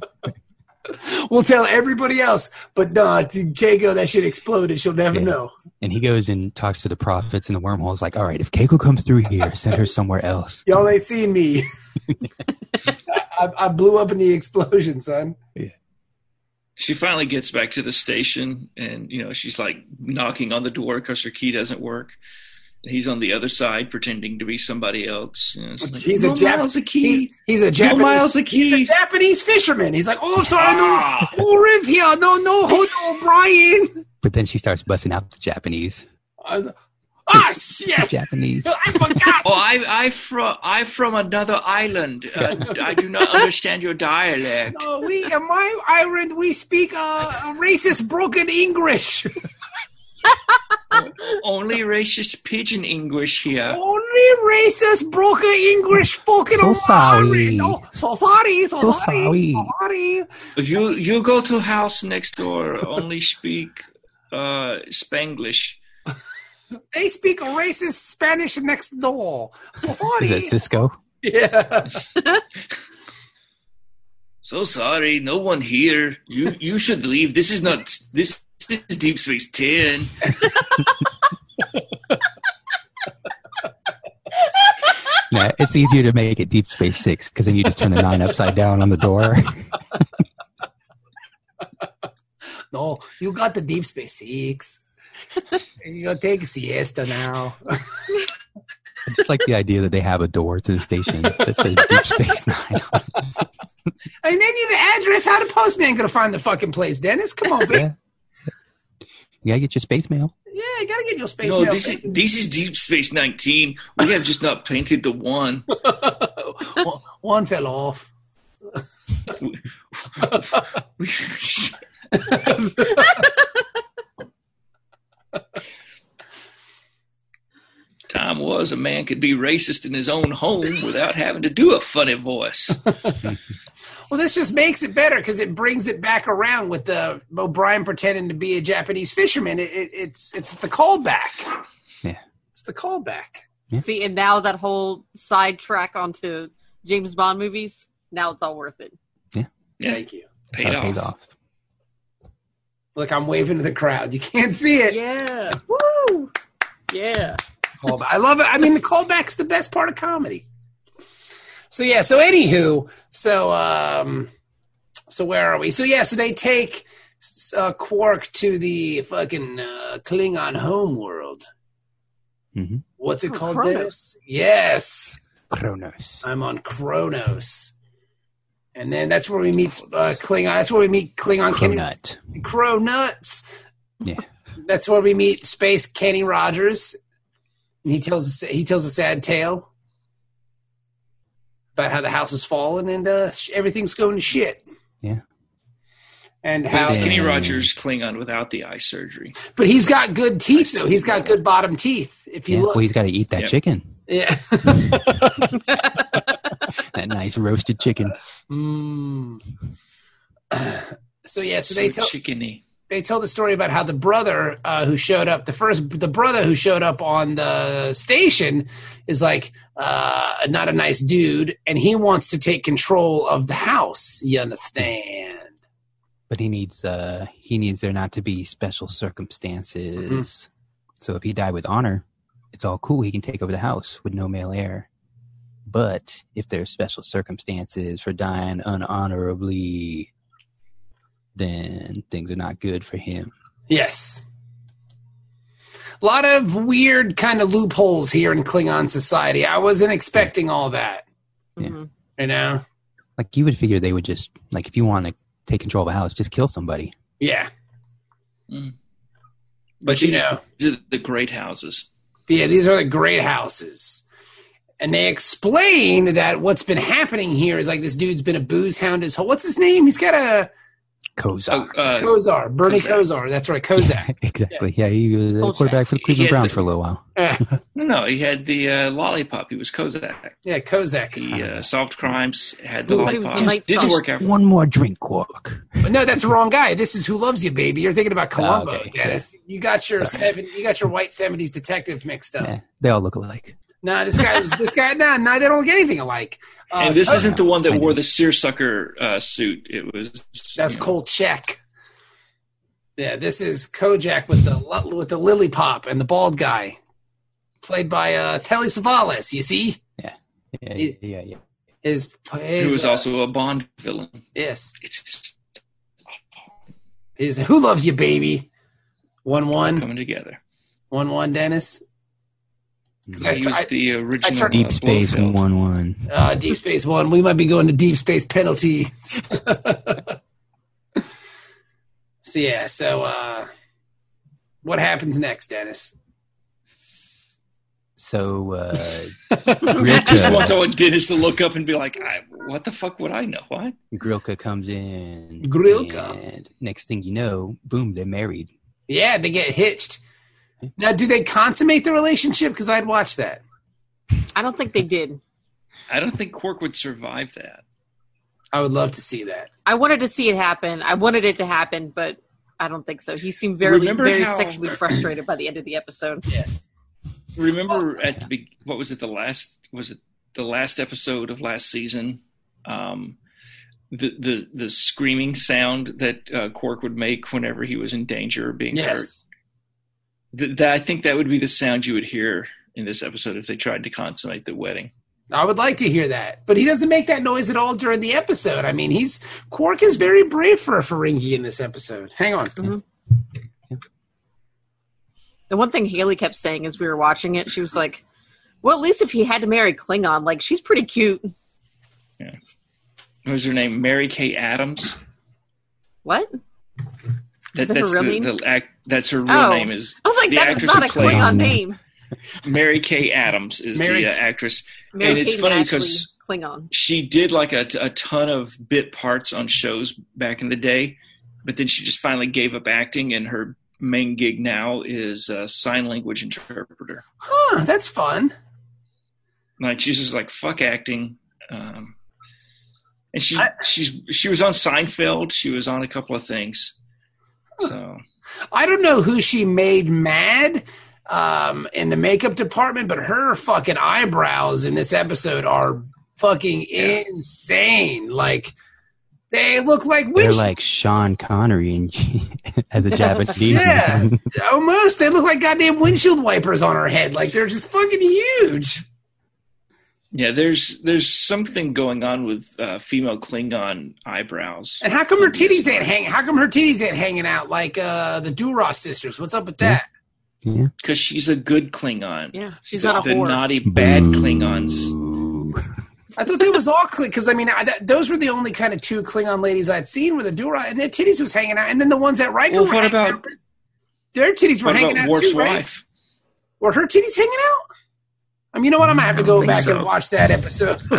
Speaker 2: we'll tell everybody else, but not to Keiko. That shit exploded. She'll never
Speaker 4: Yeah.
Speaker 2: know.
Speaker 4: And he goes and talks to the prophets in the wormhole. Is like, all right, if Keiko comes through here, send her somewhere else.
Speaker 2: Y'all ain't seen me. I, I- I blew up in the explosion, son.
Speaker 3: she finally gets back to the station and you know she's like knocking on the door because her key doesn't work. And He's on the other side pretending to be somebody else. You know, it's like,
Speaker 2: He's a
Speaker 3: no
Speaker 2: Jap-
Speaker 3: miles a
Speaker 2: He's,
Speaker 3: key.
Speaker 2: he's a
Speaker 3: No
Speaker 2: Japanese.
Speaker 3: miles a
Speaker 2: He's a
Speaker 3: key.
Speaker 2: Japanese fisherman. He's like, oh, I'm sorry, no,
Speaker 3: Ah.
Speaker 2: no Riv here, no, no, hold on, Brian.
Speaker 4: But then she starts busting out the Japanese.
Speaker 2: I was, ah, yes,
Speaker 4: Japanese.
Speaker 2: I forgot.
Speaker 3: Oh, I, I from I from another island. Uh, I do not understand your dialect.
Speaker 2: No, we in my island we speak a uh, racist broken English.
Speaker 3: Only racist pigeon English here.
Speaker 2: Only racist broken English spoken
Speaker 4: So
Speaker 2: on my
Speaker 4: sorry.
Speaker 2: island. Oh, so sorry, so,
Speaker 4: So
Speaker 2: sorry,
Speaker 4: sorry.
Speaker 2: so sorry.
Speaker 3: You you go to house next door. Only speak uh, Spanglish.
Speaker 2: They speak a racist Spanish next door. So sorry.
Speaker 4: Is it Cisco?
Speaker 2: yeah.
Speaker 3: So sorry, no one here. You you should leave. This is not this. This is Deep Space Ten.
Speaker 4: No, it's easier to make it Deep Space Six because then you just turn the nine upside down on the door.
Speaker 2: No, you got the deep space six. you gonna take a siesta now.
Speaker 4: I just like the idea that they have a door to the station that says Deep Space Nine. on it.
Speaker 2: And then you the address. How the postman gonna find the fucking place, Dennis? Come on, baby.
Speaker 4: Yeah. You gotta get your space mail.
Speaker 2: Yeah, you gotta get your space.
Speaker 3: No,
Speaker 2: mail
Speaker 3: this is
Speaker 2: fixed.
Speaker 3: this is Deep Space Nineteen. We have just not painted the one.
Speaker 2: one, one fell off.
Speaker 3: Time was a man could be racist in his own home without having to do a funny voice.
Speaker 2: Well, this just makes it better because it brings it back around with the O'Brien pretending to be a Japanese fisherman. It, it, it's it's the callback.
Speaker 4: Yeah.
Speaker 2: it's the callback.
Speaker 4: Yeah.
Speaker 5: See, and now that whole sidetrack onto James Bond movies, now it's all worth it.
Speaker 3: Yeah,
Speaker 2: Thank you.
Speaker 3: paid
Speaker 4: Uh,
Speaker 3: off.
Speaker 4: Pays off.
Speaker 2: Look, I'm waving to the crowd. You can't see it.
Speaker 5: Yeah.
Speaker 2: Woo!
Speaker 5: Yeah.
Speaker 2: Callback. I love it. I mean, the callback's the best part of comedy. So yeah. So anywho, so um, so where are we? So yeah. So they take uh, Quark to the fucking uh, Klingon homeworld.
Speaker 4: hmm
Speaker 2: What's it
Speaker 5: Oh,
Speaker 2: called?
Speaker 5: Kronos.
Speaker 2: Dennis? Yes.
Speaker 4: Kronos.
Speaker 2: I'm on Kronos. And then that's where we meet uh, Klingon. That's where we meet Klingon Kenny
Speaker 4: Cronut.
Speaker 2: Cronuts.
Speaker 4: Yeah.
Speaker 2: That's where we meet Space Kenny Rogers. And he tells he tells a sad tale about how the house has fallen and uh, sh- everything's going to shit.
Speaker 4: Yeah.
Speaker 2: And how,
Speaker 3: How's Kenny
Speaker 4: Yeah.
Speaker 3: Rogers Klingon without the eye surgery?
Speaker 2: but he's got good teeth though. He's got good bottom teeth. If you
Speaker 4: Yeah.
Speaker 2: look,
Speaker 4: Well, he's got to eat that
Speaker 3: Yeah.
Speaker 4: chicken.
Speaker 2: yeah.
Speaker 4: That nice roasted chicken.
Speaker 2: Mm. so yeah, so,
Speaker 3: So
Speaker 2: they tell
Speaker 3: chickeny.
Speaker 2: they tell the story about how the brother uh, who showed up the first the brother who showed up on the station is like uh, not a nice dude and he wants to take control of the house you understand
Speaker 4: But he needs uh he needs there not to be special circumstances. So if he died with honor, it's all cool. He can take over the house with no male heir. But if there's special circumstances for dying unhonorably, then things are not good for him.
Speaker 2: yes a lot of weird kind of loopholes here in klingon society i wasn't expecting all that
Speaker 4: Yeah.
Speaker 5: Mhm.
Speaker 2: you know
Speaker 4: Like you would figure they would just like if you want to take control of a house, just kill somebody.
Speaker 2: yeah but
Speaker 3: But
Speaker 2: you
Speaker 3: these-
Speaker 2: know
Speaker 3: these are the great houses.
Speaker 2: Yeah, these are the great houses. And they explain that what's been happening here is like this dude's been a booze hound his whole. What's his name? He's got a
Speaker 3: Oh,
Speaker 4: Kozak.
Speaker 3: uh,
Speaker 2: Kozar, Bernie
Speaker 3: Kozak.
Speaker 2: Kozar. That's right, Kozak.
Speaker 4: exactly. Yeah, he was a
Speaker 5: Kolchak.
Speaker 4: quarterback for the
Speaker 3: He
Speaker 4: Cleveland
Speaker 3: had
Speaker 4: Browns
Speaker 3: the-
Speaker 4: for a little while.
Speaker 2: yeah,
Speaker 3: no, no, he had the uh, lollipop. He was Kozak.
Speaker 2: yeah, Kozak.
Speaker 3: He uh, solved crimes, had the
Speaker 5: Ooh, he was the
Speaker 3: lollipop.
Speaker 5: night
Speaker 3: Didn't
Speaker 5: stalker.
Speaker 3: work out.
Speaker 4: One more drink, Quark.
Speaker 2: But no, that's the wrong guy. This is who loves you, baby. You're thinking about Columbo,
Speaker 4: Oh, okay.
Speaker 2: Dennis. You got your
Speaker 4: Sorry.
Speaker 2: seven. You got your white seventies detective mixed up.
Speaker 4: Yeah, they all look alike.
Speaker 2: Nah, this guy. was- this guy. Nah, nah. They don't look anything alike. Uh,
Speaker 3: and this
Speaker 2: Ko-
Speaker 3: isn't the one
Speaker 4: I
Speaker 3: that
Speaker 4: know.
Speaker 3: wore the seersucker uh, suit. It was
Speaker 2: That's
Speaker 3: you know,
Speaker 2: Kolchak. Yeah, this is Kojak with the lo- with the lily pop and the bald guy, played by uh, Telly Savalas. You see
Speaker 4: Yeah,
Speaker 2: He-
Speaker 4: yeah, yeah.
Speaker 2: his,
Speaker 3: Who
Speaker 2: his
Speaker 3: was
Speaker 2: uh,
Speaker 3: also a Bond villain.
Speaker 2: yes
Speaker 3: It's just
Speaker 2: his Who Loves You Baby one one
Speaker 3: coming together.
Speaker 2: one one Dennis. 'Cause I
Speaker 3: he
Speaker 2: tr-
Speaker 3: was
Speaker 2: I-
Speaker 3: the original
Speaker 2: turned-
Speaker 4: Deep
Speaker 3: uh,
Speaker 4: Space
Speaker 3: Blofeld.
Speaker 4: One One.
Speaker 2: Uh, deep space one. We might be going to deep space penalties. so yeah. So uh, what happens next, Dennis?
Speaker 4: So uh,
Speaker 3: Just wants
Speaker 4: Grilka,
Speaker 3: our Dennis to look up and be like, I, "What the fuck would I know? What?"
Speaker 4: Grilka comes in.
Speaker 2: Grilka.
Speaker 4: And next thing you know, boom, they're married.
Speaker 2: Yeah, they get hitched. Now, do they consummate the relationship? Because I'd watch that.
Speaker 5: I don't think they did.
Speaker 3: I don't think Quark would survive that.
Speaker 2: I would love to see that.
Speaker 5: I wanted to see it happen. I wanted it to happen, but I don't think so. He seemed very,
Speaker 3: Remember
Speaker 5: very
Speaker 3: how-
Speaker 5: sexually frustrated by the end of the episode.
Speaker 2: Yes.
Speaker 3: Remember
Speaker 5: Oh.
Speaker 3: at the be- what was it? The last was it the last episode of last season? Um, the the the screaming sound that uh, Quark would make whenever he was in danger of being hurt.
Speaker 2: Yes.
Speaker 3: Th- that I think that would be the sound you would hear in this episode if they tried to consummate the wedding.
Speaker 2: I would like to hear that. But he doesn't make that noise at all during the episode. I mean, he's Quark is very brave for a Ferengi in this episode. Hang on.
Speaker 5: The one thing Haley kept saying as we were watching it, she was like, well, at least if he had to marry Klingon, like, she's pretty cute.
Speaker 3: What was her name? Mary Kay Adams.
Speaker 5: What?
Speaker 3: That,
Speaker 5: Is that her
Speaker 3: that's
Speaker 5: real
Speaker 3: the,
Speaker 5: name?
Speaker 3: the act. That's her real
Speaker 5: Oh.
Speaker 3: name is
Speaker 5: I was like,
Speaker 3: The
Speaker 5: that is
Speaker 3: actress
Speaker 5: not a
Speaker 3: who played-
Speaker 5: Klingon name.
Speaker 3: Mary Kay Adams is
Speaker 2: Mary-
Speaker 3: the uh, actress.
Speaker 5: Mary
Speaker 3: And it's
Speaker 5: Kate
Speaker 3: funny
Speaker 5: Ashley
Speaker 3: 'cause-
Speaker 5: Klingon.
Speaker 3: She did like a, a ton of bit parts on shows back in the day, but then she just finally gave up acting, and her main gig now is a sign language interpreter.
Speaker 2: Huh, that's fun.
Speaker 3: Like she's just like fuck acting. Um, And she
Speaker 2: I-
Speaker 3: she's she was on Seinfeld. She was on a couple of things. So
Speaker 2: I don't know who she made mad um, in the makeup department, but her fucking eyebrows in this episode are fucking insane. Like they look like
Speaker 4: They're
Speaker 2: witch.
Speaker 4: like Sean Connery and as a Japanese
Speaker 2: Yeah.
Speaker 4: man.
Speaker 2: almost. Oh, They look like goddamn windshield wipers on her head. Like they're just fucking huge.
Speaker 3: yeah, there's there's something going on with uh, female Klingon eyebrows.
Speaker 2: And how come her titties ain't hang? How come her titties ain't hanging out like uh, the Duras sisters? What's up with that?
Speaker 4: yeah.
Speaker 3: because she's a good Klingon.
Speaker 5: Yeah, she's
Speaker 3: So
Speaker 5: not a
Speaker 3: the
Speaker 5: whore.
Speaker 3: naughty bad Klingons.
Speaker 4: Ooh.
Speaker 3: Hmm?
Speaker 2: I thought that was all because I mean I, that, those were the only kind of two Klingon ladies I'd seen with a Dura, and their titties was hanging out, and then the ones that Riker.
Speaker 3: Well,
Speaker 2: were
Speaker 3: what
Speaker 2: hanging
Speaker 3: about-
Speaker 2: out, their titties were
Speaker 3: What
Speaker 2: hanging
Speaker 3: about
Speaker 2: out
Speaker 3: Worf's
Speaker 2: too? Right?
Speaker 3: wife?
Speaker 2: Were her titties hanging out? I mean, you know what? I'm gonna have to
Speaker 3: Mm, I don't
Speaker 2: go
Speaker 3: think
Speaker 2: back and
Speaker 3: so.
Speaker 2: watch that episode.
Speaker 6: I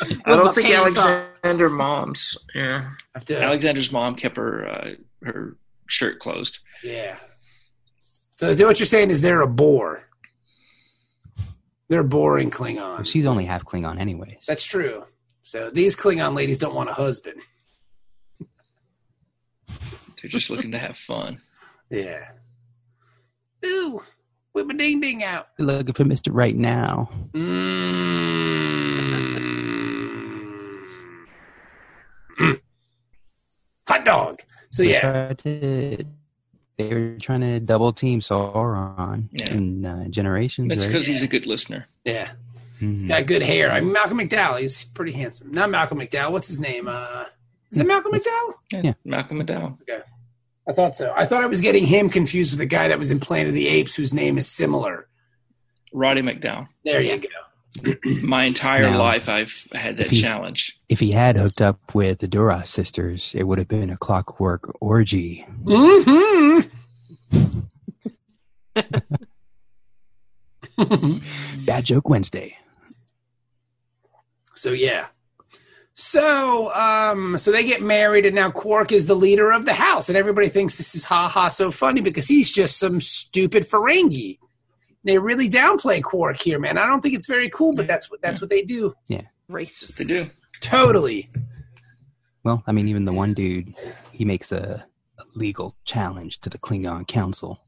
Speaker 5: With my
Speaker 6: don't think
Speaker 5: pants on.
Speaker 6: Alexander moms. Yeah.
Speaker 2: have to,
Speaker 3: Alexander's mom kept her uh, her shirt closed.
Speaker 2: yeah. So is that what you're saying is they're a bore. They're boring Klingon.
Speaker 4: She's only half Klingon, anyways.
Speaker 2: That's true. So these Klingon ladies don't want a husband.
Speaker 3: They're just looking to have fun.
Speaker 2: Yeah. Ooh, whip a ding ding out.
Speaker 4: Looking for Mister right now.
Speaker 2: Mm. Hot dog. So
Speaker 4: They
Speaker 2: yeah,
Speaker 4: tried to- they were trying to double team Sauron
Speaker 3: Yeah.
Speaker 4: in uh, Generations.
Speaker 3: That's
Speaker 4: right?
Speaker 3: because he's a good listener.
Speaker 2: yeah,
Speaker 4: Mhm.
Speaker 2: he's got good hair. I mean, Malcolm McDowell. He's pretty handsome. Not Malcolm McDowell. What's his name? Uh, is it Malcolm McDowell?
Speaker 4: Yeah.
Speaker 3: Malcolm McDowell.
Speaker 2: I thought so. I thought I was getting him confused with the guy that was in Planet of the Apes, whose name is similar.
Speaker 3: Roddy McDowell.
Speaker 2: There you go.
Speaker 3: My entire
Speaker 4: Now-
Speaker 3: life, I've had that
Speaker 4: If he-
Speaker 3: challenge.
Speaker 4: if he had hooked up with the Duras sisters, it would have been a clockwork orgy.
Speaker 2: hmm
Speaker 4: Bad joke Wednesday.
Speaker 2: So yeah. So um so they get married and now Quark is the leader of the house and everybody thinks this is ha ha so funny because he's just some stupid Ferengi. They really downplay Quark here, man. I don't think it's very cool, but that's what that's what they do.
Speaker 3: That's what they
Speaker 5: Racist.
Speaker 3: do.
Speaker 2: Totally.
Speaker 4: Well, I mean, even the one dude, he makes a, a legal challenge to the Klingon Council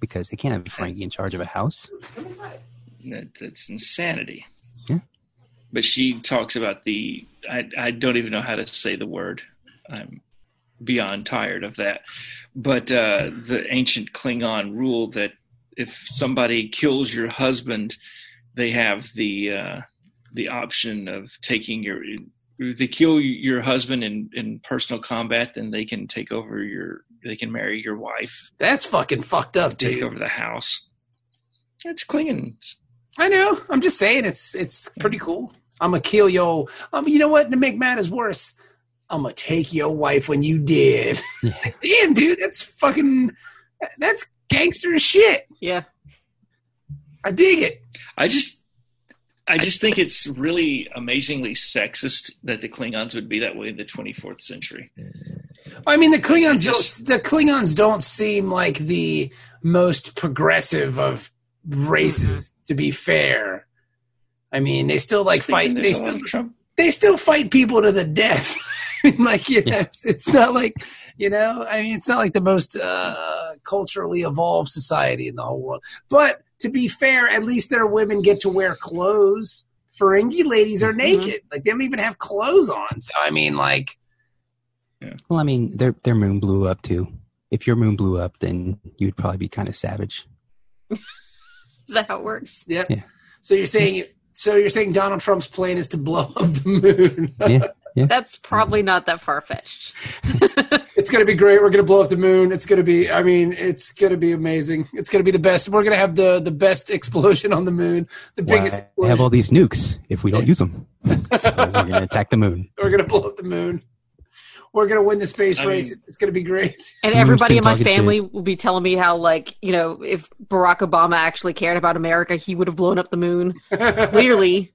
Speaker 4: because they can't have Frankie in charge of a house.
Speaker 3: That, that's insanity.
Speaker 4: Yeah.
Speaker 3: But she talks about the. I, I don't even know how to say the word. I'm beyond tired of that. But uh, the ancient Klingon rule that if somebody kills your husband, they have the uh, the option of taking your. If they kill your husband in, in personal combat, then they can take over your. They can marry your wife,
Speaker 2: That's fucking fucked up,
Speaker 3: take
Speaker 2: dude.
Speaker 3: over the house. That's Klingons.
Speaker 2: I know. I'm just saying it's it's pretty cool. I'ma kill yo um you know what to make matters worse. I'ma take your wife when you did.
Speaker 4: Yeah.
Speaker 2: Damn, dude, that's fucking that's gangster shit.
Speaker 5: Yeah.
Speaker 2: I dig it.
Speaker 3: I just I just think it's really amazingly sexist that the Klingons would be that way in the 24th century.
Speaker 2: I mean, the Klingons
Speaker 3: I just-
Speaker 2: don't. The Klingons don't seem like the most progressive of races. To be fair, I mean, they still like fight. They
Speaker 3: Mm-hmm. Just thinking there's a lot
Speaker 2: still
Speaker 3: of Trump.
Speaker 2: they still fight people to the death. like you know, it's, it's not like you know. I mean, it's not like the most uh, culturally evolved society in the whole world. But to be fair, at least their women get to wear clothes. Ferengi ladies are naked. Like they don't even have clothes on. So I mean, like
Speaker 4: Well, I mean, their their moon blew up too. If your moon blew up, then you'd probably be kind of savage.
Speaker 5: Is that how it works?
Speaker 2: Yep.
Speaker 4: Yeah.
Speaker 2: So you're saying if so you're saying Donald Trump's plan is to blow up the moon.
Speaker 4: Yeah,
Speaker 5: That's probably not that far fetched.
Speaker 2: it's gonna be great. We're gonna blow up the moon. It's gonna be I mean, it's gonna be amazing. It's gonna be the best. We're gonna have the the best explosion on the moon. The biggest
Speaker 4: Why
Speaker 2: explosion.
Speaker 4: have all these nukes if we don't use them? so we're gonna attack the moon.
Speaker 2: We're gonna blow up the moon. We're gonna win the space
Speaker 3: I
Speaker 2: race.
Speaker 3: mean-
Speaker 2: it's gonna be great.
Speaker 5: And
Speaker 4: Everyone's
Speaker 5: everybody
Speaker 4: been
Speaker 5: in my
Speaker 4: talking shit.
Speaker 5: family will be telling me how, like, you know, if Barack Obama actually cared about America, he would have blown up the moon. Clearly,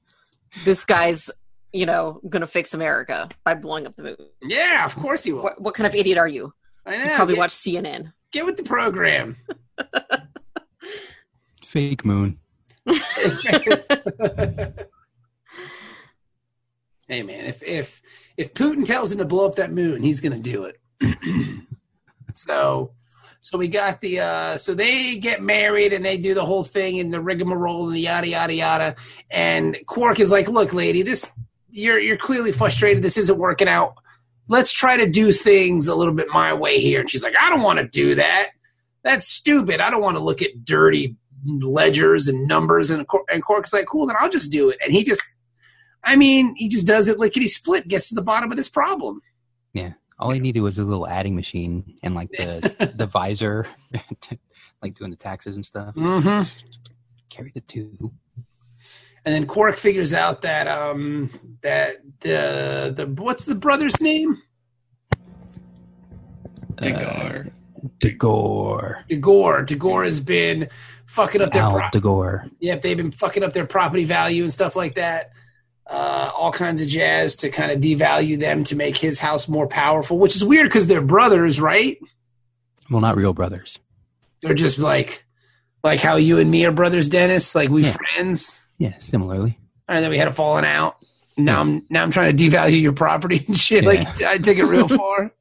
Speaker 5: this guy's, you know, going to fix America by blowing up the moon.
Speaker 2: yeah, of course he will.
Speaker 5: What, what kind of idiot are you?
Speaker 2: I
Speaker 5: You
Speaker 2: know.
Speaker 5: probably
Speaker 2: get,
Speaker 5: watch CNN.
Speaker 2: get with the program.
Speaker 4: Fake moon.
Speaker 2: Hey man, if Satan tells him to blow up that moon, he's going to do it. so, so we got the uh, so they get married and they do the whole thing and the rigmarole and the yada yada yada. And Quark is like, "Look, lady, this you're you're clearly frustrated. This isn't working out. Let's try to do things a little bit my way here." And she's like, "I don't want to do that. That's stupid. I don't want to look at dirty." ledgers and numbers and, Quar- and Quark's like cool then I'll just do it and he just I mean, he just does it lickety split, gets to the bottom of this problem.
Speaker 4: All I needed was a little adding machine and like the the visor, like doing the taxes and stuff.
Speaker 2: Mm-hmm.
Speaker 4: Carry the two.
Speaker 2: And then Quark figures out that um that the the what's the brother's name?
Speaker 4: Uh,
Speaker 3: Degar.
Speaker 4: Degore.
Speaker 2: Degore. Degore has been fucking up their
Speaker 4: Al
Speaker 2: pro-
Speaker 4: Degore.
Speaker 2: yep, they've been fucking up their property value and stuff like that. Uh, all kinds of jazz to kind of devalue them to make his house more powerful, which is weird because they're brothers, right?
Speaker 4: Well, not real brothers.
Speaker 2: They're just like like how you and me are brothers, Dennis. Like we
Speaker 4: Yeah.
Speaker 2: friends.
Speaker 4: Yeah, similarly.
Speaker 2: and then we had a falling out. Now I'm now I'm trying to devalue your property and shit. Like I took it real far.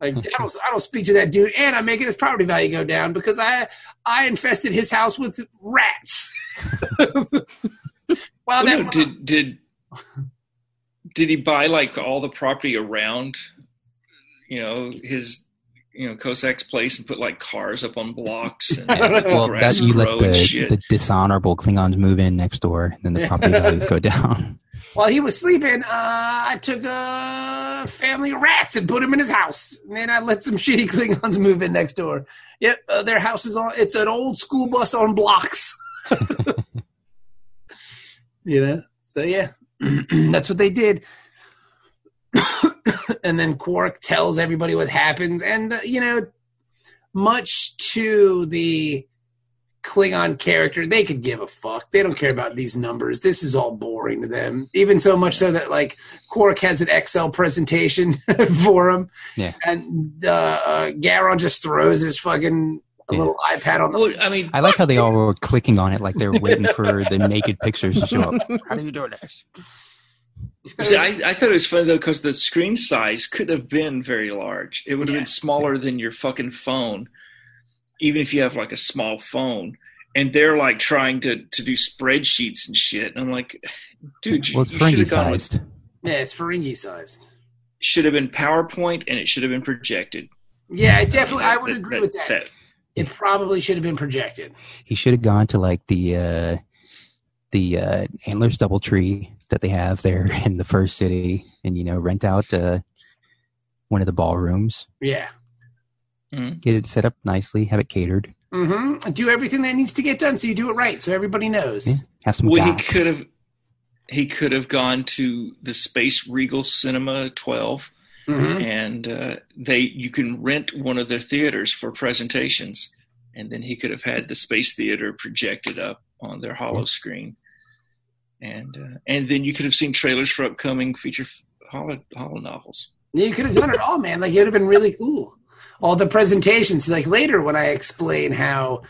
Speaker 2: Like I don't I don't speak to that dude, and I'm making his property value go down because I I infested his house with rats. well,
Speaker 3: Oh,
Speaker 2: that
Speaker 3: no, did did did he buy like all the property around, you know, his you know Cossack's place and put like cars up on blocks and
Speaker 4: well, that
Speaker 3: grass
Speaker 4: you
Speaker 3: grow
Speaker 4: let the,
Speaker 3: and shit.
Speaker 4: the dishonorable Klingons move in next door, and then the property values go down.
Speaker 2: while he was sleeping, uh, I took a family of rats and put them in his house, and then I let some shitty Klingons move in next door. Yep, uh, their house is on. It's an old school bus on blocks. you know, so yeah, that's what they did. and then Quark tells everybody what happens, and uh, you know, much to the Klingon character, they could give a fuck. They don't care about these numbers. This is all boring to them. Even so much so that like Quark has an Excel presentation for him,
Speaker 4: Yeah.
Speaker 2: and uh, uh, Garon just throws his fucking
Speaker 4: Yeah.
Speaker 2: little iPad on the
Speaker 3: Well, I mean,
Speaker 4: I like how they all were clicking on it like they're waiting for the naked pictures to show up. How do you do that?
Speaker 3: see, I, I thought it was funny though because the screen size couldn't have been very large. It would have
Speaker 2: Yeah.
Speaker 3: been smaller than your fucking phone, even if you have like a small phone. And they're like trying to to do spreadsheets and shit. And I'm like, dude, you,
Speaker 4: Well, it's
Speaker 3: you should
Speaker 4: Ferengi
Speaker 3: have gone with
Speaker 4: sized.
Speaker 2: Yeah, it's Ferengi sized.
Speaker 3: should have been PowerPoint and it should have been projected.
Speaker 2: Yeah, I definitely. I would
Speaker 3: That-
Speaker 2: agree with that.
Speaker 3: that-
Speaker 2: It probably should have been projected.
Speaker 4: He should have gone to like the uh, the uh, antlers double tree that they have there in the first city, and you know, rent out uh, one of the ballrooms,
Speaker 2: Yeah.
Speaker 4: get it set up nicely, have it catered,
Speaker 2: Mm-hmm. Do everything that needs to get done, so you do it right, so everybody knows.
Speaker 4: yeah, have some.
Speaker 3: well, he
Speaker 4: goth.
Speaker 3: could have he could have gone to the Space Regal Cinema 12
Speaker 2: Mhm.
Speaker 3: and uh, they you can rent one of their theaters for presentations and then he could have had the space theater projected up on their hollow screen and uh, and then you could have seen trailers for upcoming feature f- hollow, hollow novels.
Speaker 2: You could have done it all, man. Like it would have been really cool. All the presentations, like later when I explain how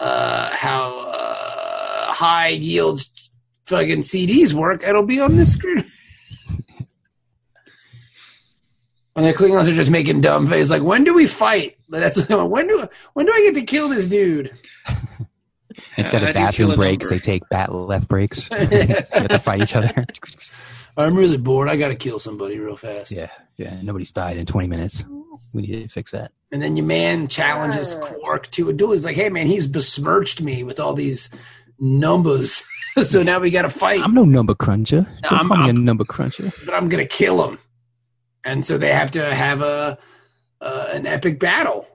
Speaker 2: uh, how uh, high yield fucking CDs work, it'll be on this screen. And the Klingons are just making dumb face, like, when do we fight? That's when do when do I get to kill this dude?
Speaker 4: Instead
Speaker 3: How
Speaker 4: of
Speaker 3: do you kill
Speaker 4: bathroom
Speaker 3: a
Speaker 4: breaks, they
Speaker 3: number?
Speaker 4: take bat left breaks. they have to fight each other.
Speaker 2: I'm really bored. I got to kill somebody real fast.
Speaker 4: Yeah, yeah. Nobody's died in 20 minutes. We need to fix that.
Speaker 2: And then your man challenges Quark to a duel. He's like, hey, man, he's besmirched me with all these numbers. so now we got to fight,
Speaker 4: I'm no number cruncher. Don't
Speaker 2: I'm-
Speaker 4: call me a number cruncher.
Speaker 2: but I'm going to kill him. And so they have to have a uh, an epic battle.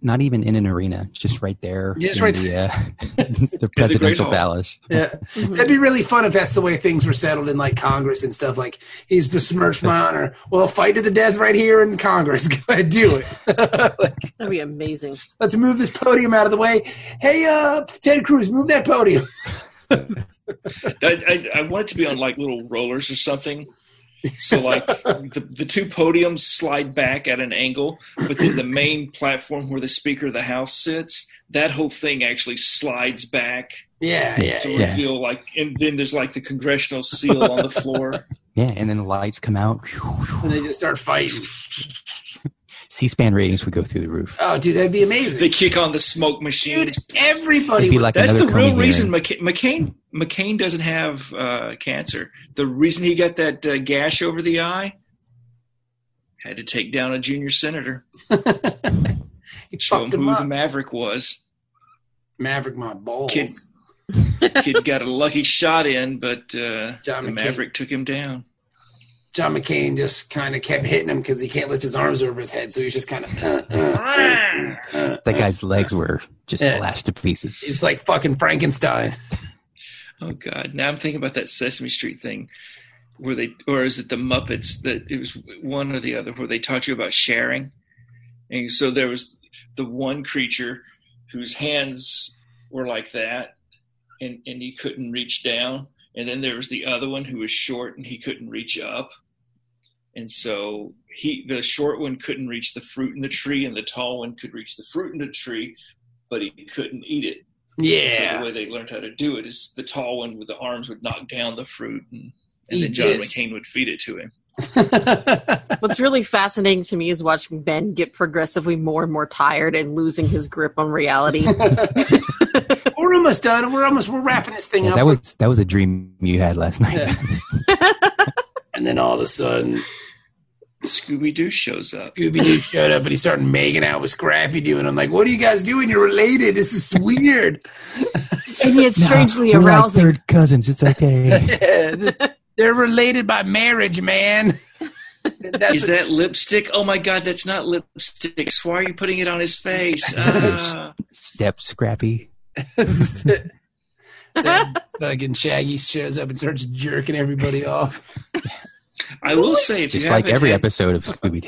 Speaker 4: Not even in an arena, just right there
Speaker 2: Just
Speaker 4: in
Speaker 2: right
Speaker 4: the, uh, the presidential
Speaker 3: Hall.
Speaker 4: palace.
Speaker 2: Yeah.
Speaker 5: Mm-hmm.
Speaker 2: That'd be really fun if that's the way things were settled in like Congress and stuff. Like, he's besmirched my honor. Well, fight to the death right here in Congress. Go ahead, do it.
Speaker 5: That'd be amazing.
Speaker 2: Let's move this podium out of the way. Hey, uh, Ted Cruz, move that podium.
Speaker 3: I, I, I want it to be on like little rollers or something. So like the, the two podiums slide back at an angle, but then the main platform where the Speaker of the House sits, that whole thing actually slides back
Speaker 2: Yeah, yeah.
Speaker 3: to
Speaker 4: yeah.
Speaker 3: reveal like, and then there's like the congressional seal on the floor.
Speaker 4: Yeah, and then the lights come out.
Speaker 2: And they just start fighting.
Speaker 4: C-SPAN ratings would go through the roof.
Speaker 2: Oh, dude, that'd be
Speaker 3: They
Speaker 2: amazing.
Speaker 3: kick on the smoke machine.
Speaker 2: Dude, everybody
Speaker 4: It'd be
Speaker 2: would-
Speaker 4: like
Speaker 3: That's
Speaker 4: another
Speaker 3: the real
Speaker 4: Coney
Speaker 3: reason
Speaker 4: hearing.
Speaker 3: McCain, McCain McCain doesn't have uh, cancer. The reason he got that uh, gash over the eye had to take down a junior senator.
Speaker 2: He
Speaker 3: Show him
Speaker 2: fucked 'em
Speaker 3: who
Speaker 2: up.
Speaker 3: the maverick was.
Speaker 2: Maverick my balls.
Speaker 3: Kid- Kid got a lucky shot in, but uh,
Speaker 2: John
Speaker 3: the
Speaker 2: McCain.
Speaker 3: maverick took him down.
Speaker 2: John McCain just kind of kept hitting him because he can't lift his arms over his head, so he's just kind of. Uh, uh, uh, uh,
Speaker 4: That guy's legs were just
Speaker 2: Yeah.
Speaker 4: slashed to pieces.
Speaker 2: He's like fucking Frankenstein.
Speaker 3: Oh God! Now I'm thinking about that Sesame Street thing, where they or is it the Muppets that it was one or the other where they taught you about sharing, and so there was the one creature whose hands were like that, and and he couldn't reach down, and then there was the other one who was short and he couldn't reach up, and so he the short one couldn't reach the fruit in the tree, and the tall one could reach the fruit in the tree, but he couldn't eat it. So the
Speaker 2: Yeah.
Speaker 3: way they learned how to do it is the tall one with the arms would knock down the fruit, and, and
Speaker 2: Eat
Speaker 3: then John
Speaker 2: this.
Speaker 3: McCain would feed it to him.
Speaker 5: What's really fascinating to me is watching Ben get progressively more and more tired and losing his grip on reality.
Speaker 2: we're almost done. We're almost we're wrapping this thing
Speaker 4: Yeah,
Speaker 2: up.
Speaker 4: that was that was a dream you had last night.
Speaker 2: Yeah. and then all of a sudden,
Speaker 3: Scooby Doo shows up.
Speaker 2: Scooby Doo showed up and he started making out with Scrappy Doo, and I'm like, "What are you guys doing? You're related. This is weird."
Speaker 5: and yet
Speaker 4: No,
Speaker 5: strangely
Speaker 4: we're like
Speaker 5: arousing.
Speaker 4: third cousins. It's okay.
Speaker 2: Yeah, th- they're related by marriage, man. That's
Speaker 3: Is that lipstick? Oh my God, that's not lipstick. Why are you putting it on his face? Ah.
Speaker 4: Step Scrappy.
Speaker 2: that? fucking Shaggy shows up and starts jerking everybody off.
Speaker 3: I will say, if
Speaker 4: Just
Speaker 3: you
Speaker 4: like
Speaker 3: haven't
Speaker 4: every
Speaker 3: had,
Speaker 4: episode of Scooby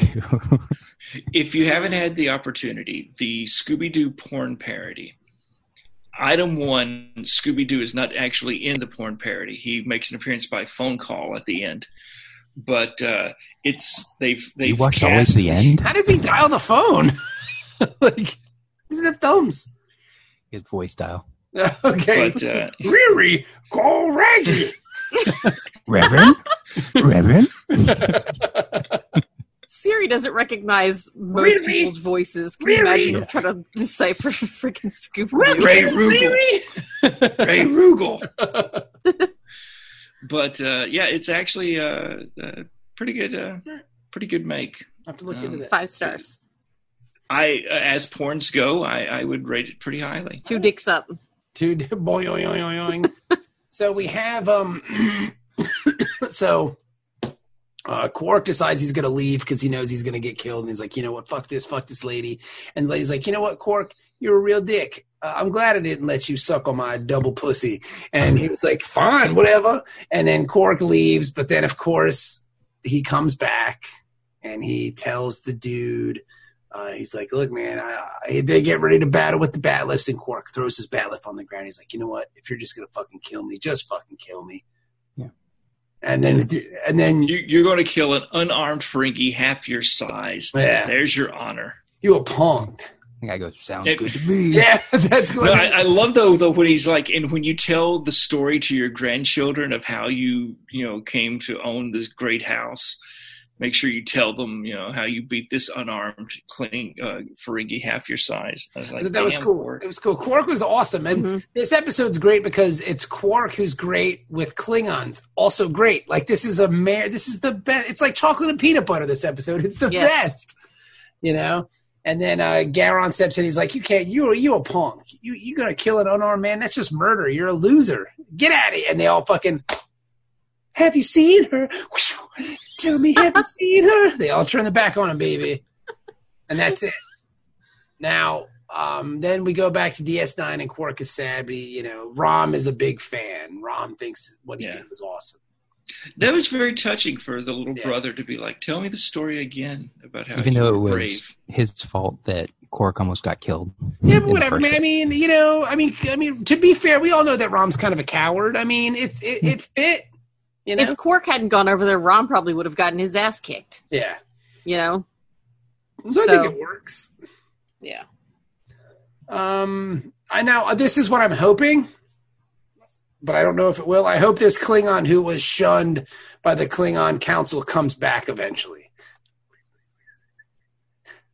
Speaker 4: Doo.
Speaker 3: if you haven't had the opportunity, the Scooby Doo porn parody. Item one, Scooby Doo is not actually in the porn parody. He makes an appearance by phone call at the end, but uh, it's they've they've
Speaker 4: you watched
Speaker 3: cast,
Speaker 4: always to the end.
Speaker 2: How does he dial the phone? like, he doesn't have thumbs.
Speaker 4: His voice style.
Speaker 2: Okay.
Speaker 3: but uh,
Speaker 2: Riri, call Raggy.
Speaker 4: Reverend, Reverend.
Speaker 5: Siri doesn't recognize most
Speaker 2: Really?
Speaker 5: people's voices. Can you
Speaker 2: Really?
Speaker 5: imagine him trying to decipher freaking Scooby?
Speaker 3: Ray Rubel. Ray Rugel. but uh, yeah, it's actually uh, uh, pretty good. Uh, pretty good make.
Speaker 2: I have to look
Speaker 3: Um,
Speaker 2: into that.
Speaker 5: Five stars.
Speaker 3: I uh, as porns go, I, I would rate it pretty highly.
Speaker 5: Two dicks up.
Speaker 2: Two d- boing, oing, oing, oing, oing. so we have um. so, uh, Quark decides he's gonna leave because he knows he's gonna get killed, and he's like, you know what, fuck this, fuck this lady, and the lady's like, you know what, Quark, you're a real dick. Uh, I'm glad I didn't let you suck on my double pussy. And he was like, fine, whatever. And then Quark leaves, but then of course he comes back and he tells the dude uh, he's like, look, man, I, I, they get ready to battle with the bat lifts, and Quark throws his bat lift on the ground. He's like, you know what? If you're just gonna fucking kill me, just fucking kill me.
Speaker 4: Yeah.
Speaker 2: And then, and then
Speaker 3: You, you're going to kill an unarmed Ferengi half your size.
Speaker 2: Yeah.
Speaker 3: There's your honor.
Speaker 2: you a punk.
Speaker 4: The guy goes, sounds
Speaker 3: It-
Speaker 4: good to me.
Speaker 2: Yeah, that's
Speaker 3: No,
Speaker 2: good.
Speaker 3: I, I love though though when he's like, and when you tell the story to your grandchildren of how you you know came to own this great house, make sure you tell them you know how you beat this unarmed cleaning uh, Ferengi half your size. I was like,
Speaker 2: that was
Speaker 3: damn,
Speaker 2: cool.
Speaker 3: Quark.
Speaker 2: It was cool. Quark was awesome, and
Speaker 5: Mhm.
Speaker 2: this episode's great because it's Quark who's great with Klingons, also great. Like this is a mare. This is the best. It's like chocolate and peanut butter. This episode, it's the
Speaker 5: Yes.
Speaker 2: best. You know. And then uh, Garon steps in. He's like, "You can't. You are you a punk? You you gonna kill an unarmed man? That's just murder. You're a loser. Get out of here!" And they all fucking. Have you seen her? Tell me, have you seen her? They all turn their back on him, baby, and that's it. Now, um, then we go back to DS9 and Quark is sad, but he, you know, Rom is a big fan. Rom thinks what he
Speaker 3: Yeah.
Speaker 2: did was awesome.
Speaker 3: That was very touching for the little
Speaker 2: Yeah.
Speaker 3: brother to be like, "Tell me the story again about how
Speaker 4: Even
Speaker 3: you
Speaker 4: though it
Speaker 3: were
Speaker 4: was
Speaker 3: brave."
Speaker 4: his fault that Cork almost got killed.
Speaker 2: Yeah,
Speaker 4: in
Speaker 2: but
Speaker 4: the
Speaker 2: whatever,
Speaker 4: first
Speaker 2: man. I
Speaker 4: one.
Speaker 2: mean, you know, I mean, I mean, to be fair, we all know that Rom's kind of a coward. I mean, it's it, it fit, you know.
Speaker 5: If Quark hadn't gone over there, Ron probably would have gotten his ass kicked.
Speaker 2: yeah,
Speaker 5: You know.
Speaker 2: so, I
Speaker 5: So-
Speaker 2: think it works.
Speaker 5: Yeah.
Speaker 2: Um, I now this is what I'm hoping, but I don't know if it will. I hope this Klingon who was shunned by the Klingon Council comes back eventually.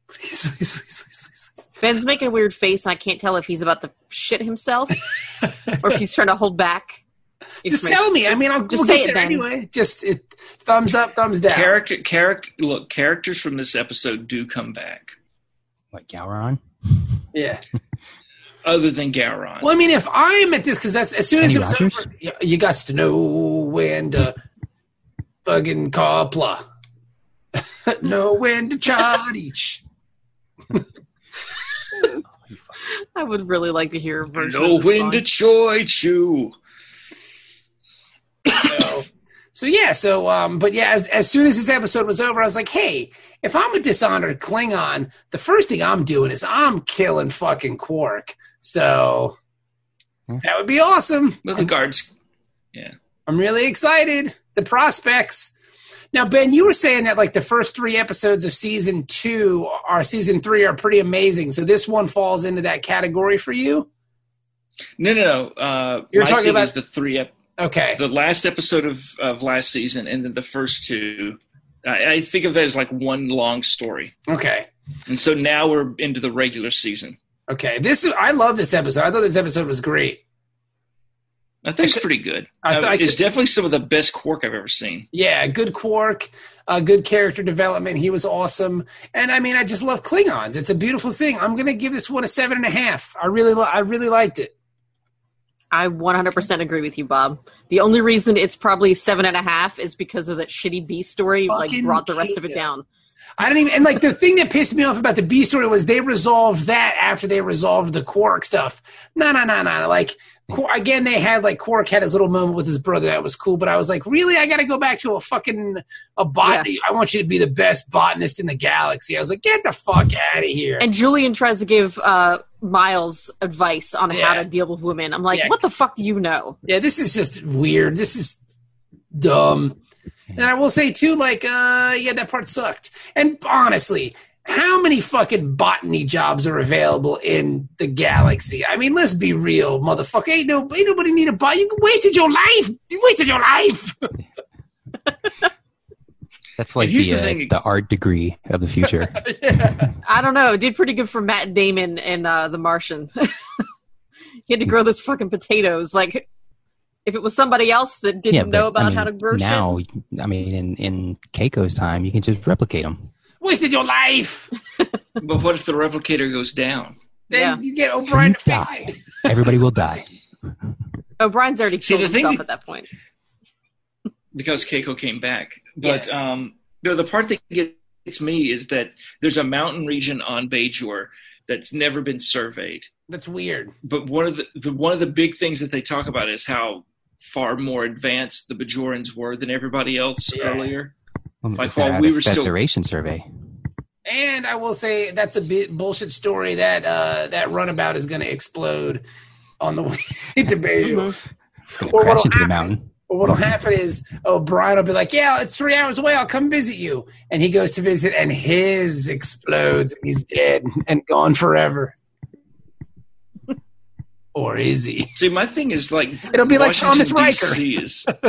Speaker 2: Please, please, please, please, please.
Speaker 5: Ben's making a weird face, and I can't tell if he's about to shit himself or if he's trying to hold back.
Speaker 2: Just
Speaker 5: information.
Speaker 2: tell me. I mean, I'll
Speaker 5: just
Speaker 2: we'll
Speaker 5: say
Speaker 2: get
Speaker 5: it,
Speaker 2: there
Speaker 5: Ben.
Speaker 2: anyway. Just it, thumbs up, thumbs down.
Speaker 3: Character, character. Look, characters from this episode do come back,
Speaker 4: What Gowron?
Speaker 2: Yeah.
Speaker 3: other than Gowron.
Speaker 2: Well, I mean, if I'm at this, because that's as soon as it
Speaker 4: Kenny
Speaker 2: was
Speaker 4: Rogers?
Speaker 2: over, you, you got to know when to fucking copla, know when to chart each.
Speaker 5: I would really like to hear a version.
Speaker 3: No
Speaker 5: of this
Speaker 3: wind
Speaker 5: song.
Speaker 3: to choice you.
Speaker 2: So, so yeah, so um, but yeah, as as soon as this episode was over, I was like, hey, if I'm a dishonored Klingon, the first thing I'm doing is I'm killing fucking Quark. So
Speaker 4: Hmm.
Speaker 2: that would be awesome.
Speaker 3: Well, the guards.
Speaker 2: I'm really excited. The prospects. Now, Ben, you were saying that like the first three episodes of season two or season three are pretty amazing. So this one falls into that category for you.
Speaker 3: No, no, no. Uh,
Speaker 2: You're
Speaker 3: my
Speaker 2: talking
Speaker 3: thing
Speaker 2: about-
Speaker 3: is the three ep-
Speaker 2: Okay.
Speaker 3: the last episode of, of last season and then the first two. I, I think of that as like one long story.
Speaker 2: Okay.
Speaker 3: And so now we're into the regular season.
Speaker 2: Okay. This is, I love this episode. I thought this episode was great.
Speaker 3: I think it's pretty good.
Speaker 2: I th-
Speaker 3: Uh,
Speaker 2: I
Speaker 3: it's
Speaker 2: could-
Speaker 3: definitely some of the best Quark I've ever seen.
Speaker 2: Yeah. Good Quark, uh, good character development. He was awesome. And I mean, I just love Klingons. It's a beautiful thing. I'm going to give this one a seven and a half. I really, li- I really liked it.
Speaker 5: I 100% agree with you, Bob. The only reason it's probably seven and a half is because of that shitty B story,
Speaker 2: Fucking
Speaker 5: like brought the rest of it
Speaker 2: Kato.
Speaker 5: down.
Speaker 2: I don't even and like the thing that pissed me off about the B story was they resolved that after they resolved the Quark stuff. No, no, no, no. Like Quark, again, they had like Quark had his little moment with his brother that was cool, but I was like, really, I got to go back to a fucking a botany. I want you to be the best botanist in the galaxy. I was like, get the fuck out of here.
Speaker 5: And Julian tries to give uh, Miles advice on how
Speaker 2: Yeah.
Speaker 5: to deal with women. I'm like,
Speaker 2: Yeah.
Speaker 5: what the fuck do you know?
Speaker 2: yeah, this is just weird. This is dumb. And I will say too, like, uh, yeah, that part sucked. And honestly, how many fucking botany jobs are available in the galaxy? I mean, let's be real, motherfucker. Ain't no, ain't nobody need a bot. You wasted your life. You wasted your life.
Speaker 4: That's like
Speaker 3: here's
Speaker 4: the,
Speaker 3: the
Speaker 4: uh,
Speaker 3: thing-
Speaker 4: the art degree of the future.
Speaker 5: I don't know. It did pretty good for Matt Damon and uh, The Martian. he had to grow those fucking potatoes. Like, if it was somebody else that didn't
Speaker 4: but,
Speaker 5: know about
Speaker 4: I mean,
Speaker 5: how to grow
Speaker 4: now.
Speaker 5: shit,
Speaker 4: I mean, in in Keiko's time, you can just replicate them.
Speaker 2: wasted your life.
Speaker 3: But what if the replicator goes down?
Speaker 2: Then
Speaker 5: Yeah.
Speaker 2: you get O'Brien to fix
Speaker 4: Die.
Speaker 2: it.
Speaker 4: Everybody will die.
Speaker 5: O'Brien's Oh, already
Speaker 3: See,
Speaker 5: killed
Speaker 3: the thing
Speaker 5: himself
Speaker 3: that-
Speaker 5: at that point.
Speaker 3: Because Keiko came back. But
Speaker 5: Yes.
Speaker 3: um, no, the part that gets me is that there's a mountain region on Bajor that's never been surveyed.
Speaker 2: That's weird.
Speaker 3: but one of the, the one of the big things that they talk about is how far more advanced the Bajorans were than everybody else
Speaker 2: Yeah.
Speaker 3: earlier.
Speaker 4: Well,
Speaker 3: Like,
Speaker 4: if they're
Speaker 3: while
Speaker 4: out
Speaker 3: we
Speaker 4: of
Speaker 3: were still-
Speaker 4: Federation survey.
Speaker 2: And I will say that's a bit bullshit story that uh, that runabout is going to explode on the way to Bejeweled.
Speaker 4: It's going to
Speaker 2: Well,
Speaker 4: crash
Speaker 2: what'll
Speaker 4: into the
Speaker 2: happen-
Speaker 4: mountain.
Speaker 2: But what'll happen is O'Brien will be like, "Yeah, it's three hours away. I'll come visit you." And he goes to visit, and his explodes, and he's dead and gone forever. or is he?
Speaker 3: See, my thing is like
Speaker 2: It'll be like
Speaker 3: Washington,
Speaker 2: Thomas Riker.
Speaker 3: DC is
Speaker 2: No,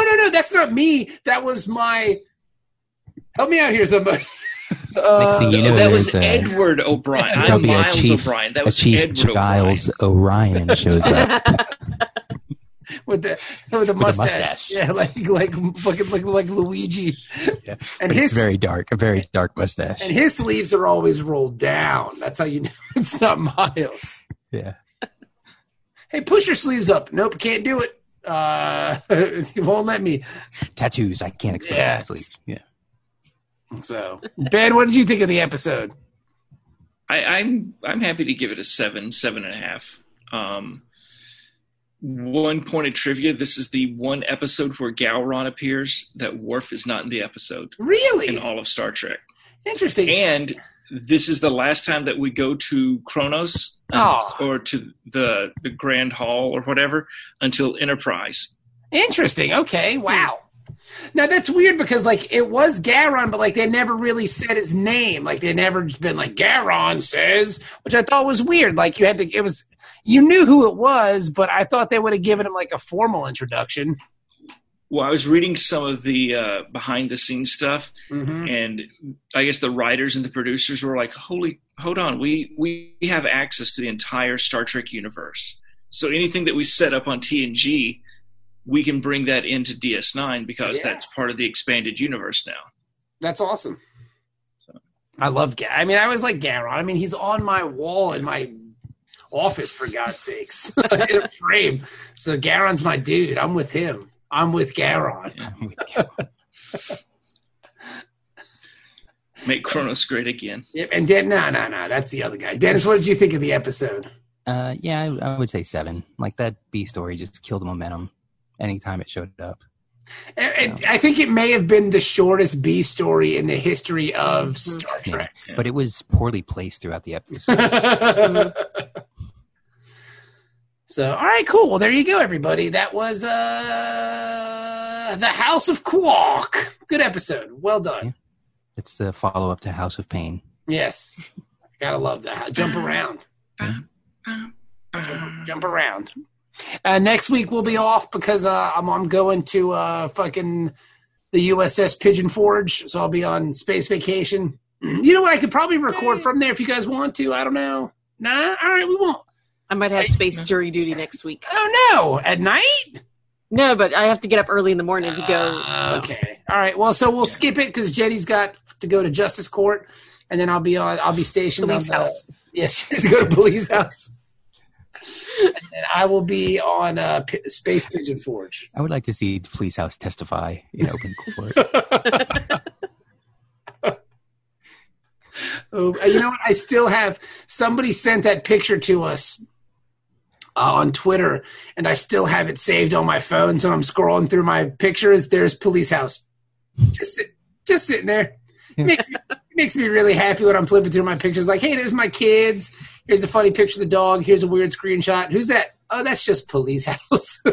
Speaker 2: no, no. That's not me. That was my. Help me out here, somebody. Uh,
Speaker 4: Next thing you know,
Speaker 3: that was
Speaker 4: there's a-
Speaker 3: Edward O'Brien.
Speaker 4: there'll
Speaker 3: I'm
Speaker 4: be a
Speaker 3: Miles
Speaker 4: chief,
Speaker 3: O'Brien. That
Speaker 4: a
Speaker 3: was
Speaker 4: chief
Speaker 3: Edward
Speaker 4: Giles Orion shows up.
Speaker 2: with the with the
Speaker 4: With a
Speaker 2: mustache.
Speaker 4: mustache.
Speaker 2: yeah, like like fucking like like Luigi.
Speaker 4: Yeah.
Speaker 2: And
Speaker 4: But it's
Speaker 2: his
Speaker 4: very dark, a very dark mustache.
Speaker 2: and his sleeves are always rolled down. That's how you know it's not Miles.
Speaker 4: yeah,
Speaker 2: hey, push your sleeves up. Nope, can't do it. Uh, it won't let me.
Speaker 4: tattoos. I can't explain.
Speaker 2: Yeah.
Speaker 4: Yeah. yeah.
Speaker 2: So, Ben, what did you think of the episode?
Speaker 3: I, I'm I'm happy to give it a seven, seven and a half. Um, one point of trivia: this is the one episode where Gowron appears that Worf is not in the episode in
Speaker 2: Really
Speaker 3: all of Star Trek.
Speaker 2: interesting.
Speaker 3: and this is the last time that we go to Kronos um,
Speaker 2: Oh.
Speaker 3: or to the the Grand Hall or whatever until Enterprise.
Speaker 2: interesting. Okay. Wow. Now that's weird because like it was Garon, but like they never really said his name. Like they never just been like Garon says, which I thought was weird. Like you had to, it was you knew who it was, but I thought they would have given him like a formal introduction.
Speaker 3: Well, I was reading some of the uh, behind the scenes stuff,
Speaker 2: Mm-hmm.
Speaker 3: and I guess the writers and the producers were like, "Holy, hold on, we we have access to the entire Star Trek universe. So anything that we set up on TNG, we can bring that into DS9 because
Speaker 2: Yeah.
Speaker 3: that's part of the expanded universe now."
Speaker 2: That's awesome.
Speaker 3: So.
Speaker 2: I love. Ga- I mean, I was like Garon. I mean, he's on my wall in my office for God's sakes in a frame. So Garon's my dude. I'm with him. I'm with Garon.
Speaker 3: Make Kronos great again.
Speaker 2: Yep. And Den- no, no, no. That's the other guy. Dennis, what did you think of the episode?
Speaker 4: Uh, yeah, I, I would say seven. Like that B story just killed the momentum anytime it showed up.
Speaker 2: It, it, I think it may have been the shortest B story in the history of Star
Speaker 4: Yeah.
Speaker 2: Trek.
Speaker 4: But it was poorly placed throughout the episode.
Speaker 2: so, all right, cool. Well, there you go, everybody. That was uh, the House of Quark. Good episode. Well done.
Speaker 4: Yeah. it's the follow up to House of Pain.
Speaker 2: Yes, gotta love that. Jump around. Jump, jump around. Uh, next week we'll be off because uh, I'm, I'm going to uh, fucking the USS Pigeon Forge, so I'll be on space vacation. You know what? I could probably record from there if you guys want to. I don't know. Nah, all right, we won't.
Speaker 5: I might have space jury duty next week.
Speaker 2: Oh no, at night.
Speaker 5: No, but I have to get up early in the morning to go.
Speaker 2: Ah,
Speaker 5: so.
Speaker 2: Okay. All right. Well, so we'll skip it because Jenny's got to go to justice court, and then I'll be on. I'll be stationed
Speaker 5: Police
Speaker 2: on the-
Speaker 5: house.
Speaker 2: Yes, she has to go to police house. and then I will be on uh, P- Space Pigeon Forge.
Speaker 4: I would like to see Police House testify in open court.
Speaker 2: Oh, you know what? I still have somebody sent that picture to us uh, on Twitter, and I still have it saved on my phone. So I'm scrolling through my pictures. There's police house, just sit, just sitting there. It makes me, it makes me really happy when I'm flipping through my pictures. Like, hey, there's my kids. Here's a funny picture of the dog. Here's a weird screenshot. Who's that? Oh, that's just police house.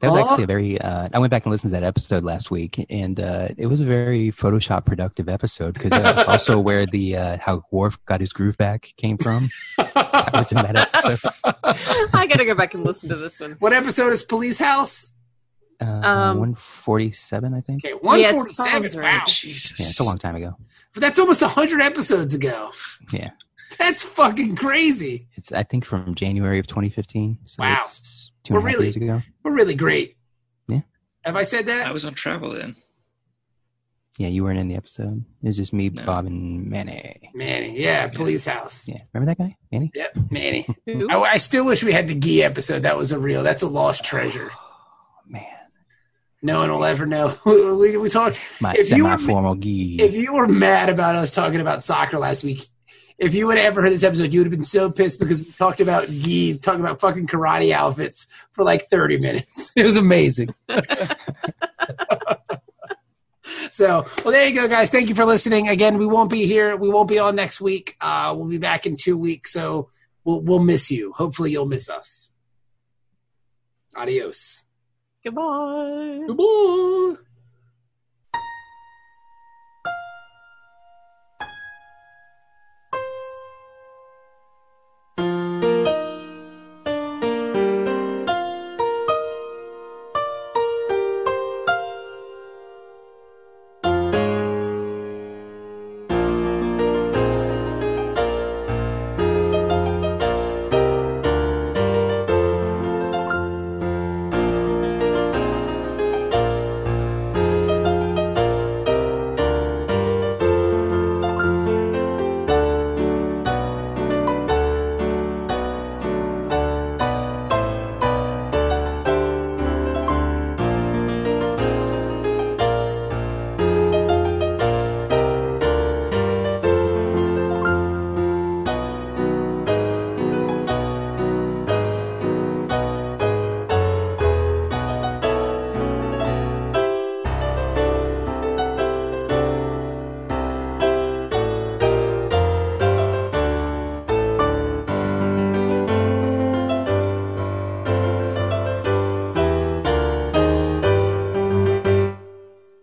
Speaker 4: That was
Speaker 2: Aw.
Speaker 4: actually a very. Uh, I went back and listened to that episode last week, and uh, it was a very Photoshop productive episode because that was also where the uh, how Worf got his groove back came from. That was in that episode.
Speaker 5: I gotta go back and listen to this one.
Speaker 2: what episode is police house?
Speaker 4: Uh,
Speaker 5: Um,
Speaker 4: one forty-seven, I think.
Speaker 2: Okay,
Speaker 5: Yeah, it
Speaker 2: 147.
Speaker 5: sounds right.
Speaker 2: wow.
Speaker 3: Jesus.
Speaker 4: Yeah, it's a long time ago.
Speaker 2: But that's almost 100 episodes ago.
Speaker 4: Yeah.
Speaker 2: That's fucking crazy.
Speaker 4: It's I think from January of 2015. So
Speaker 2: Wow.
Speaker 4: it's two and a
Speaker 2: We're
Speaker 4: half
Speaker 2: really-
Speaker 4: years ago.
Speaker 2: We're really great.
Speaker 4: Yeah.
Speaker 2: Have I said
Speaker 3: I
Speaker 2: that?
Speaker 3: was on travel then.
Speaker 4: Yeah, you weren't in the episode. It was just me,
Speaker 3: No.
Speaker 4: Bob, and Manny.
Speaker 2: Manny. Yeah, police house.
Speaker 4: Yeah, remember that guy, Manny?
Speaker 2: Yep, Manny.
Speaker 5: Who?
Speaker 2: I, I still wish we had the Gee episode. That was a real. That's a lost treasure.
Speaker 4: Oh, Man,
Speaker 2: No one will ever know. we, we talked.
Speaker 4: my
Speaker 2: If you were-
Speaker 4: semi-formal
Speaker 2: If
Speaker 4: gi.
Speaker 2: you were mad about us talking about soccer last week, if you would have ever heard this episode, you would have been so pissed because we talked about geese, talking about fucking karate outfits for like 30 minutes. It was amazing. so, well, there you go, guys. Thank you for listening. Again, we won't be here. We won't be on next week. Uh, we'll be back in two weeks. So we'll, we'll miss you. Hopefully, you'll miss us. Adios.
Speaker 5: Goodbye.
Speaker 2: Goodbye.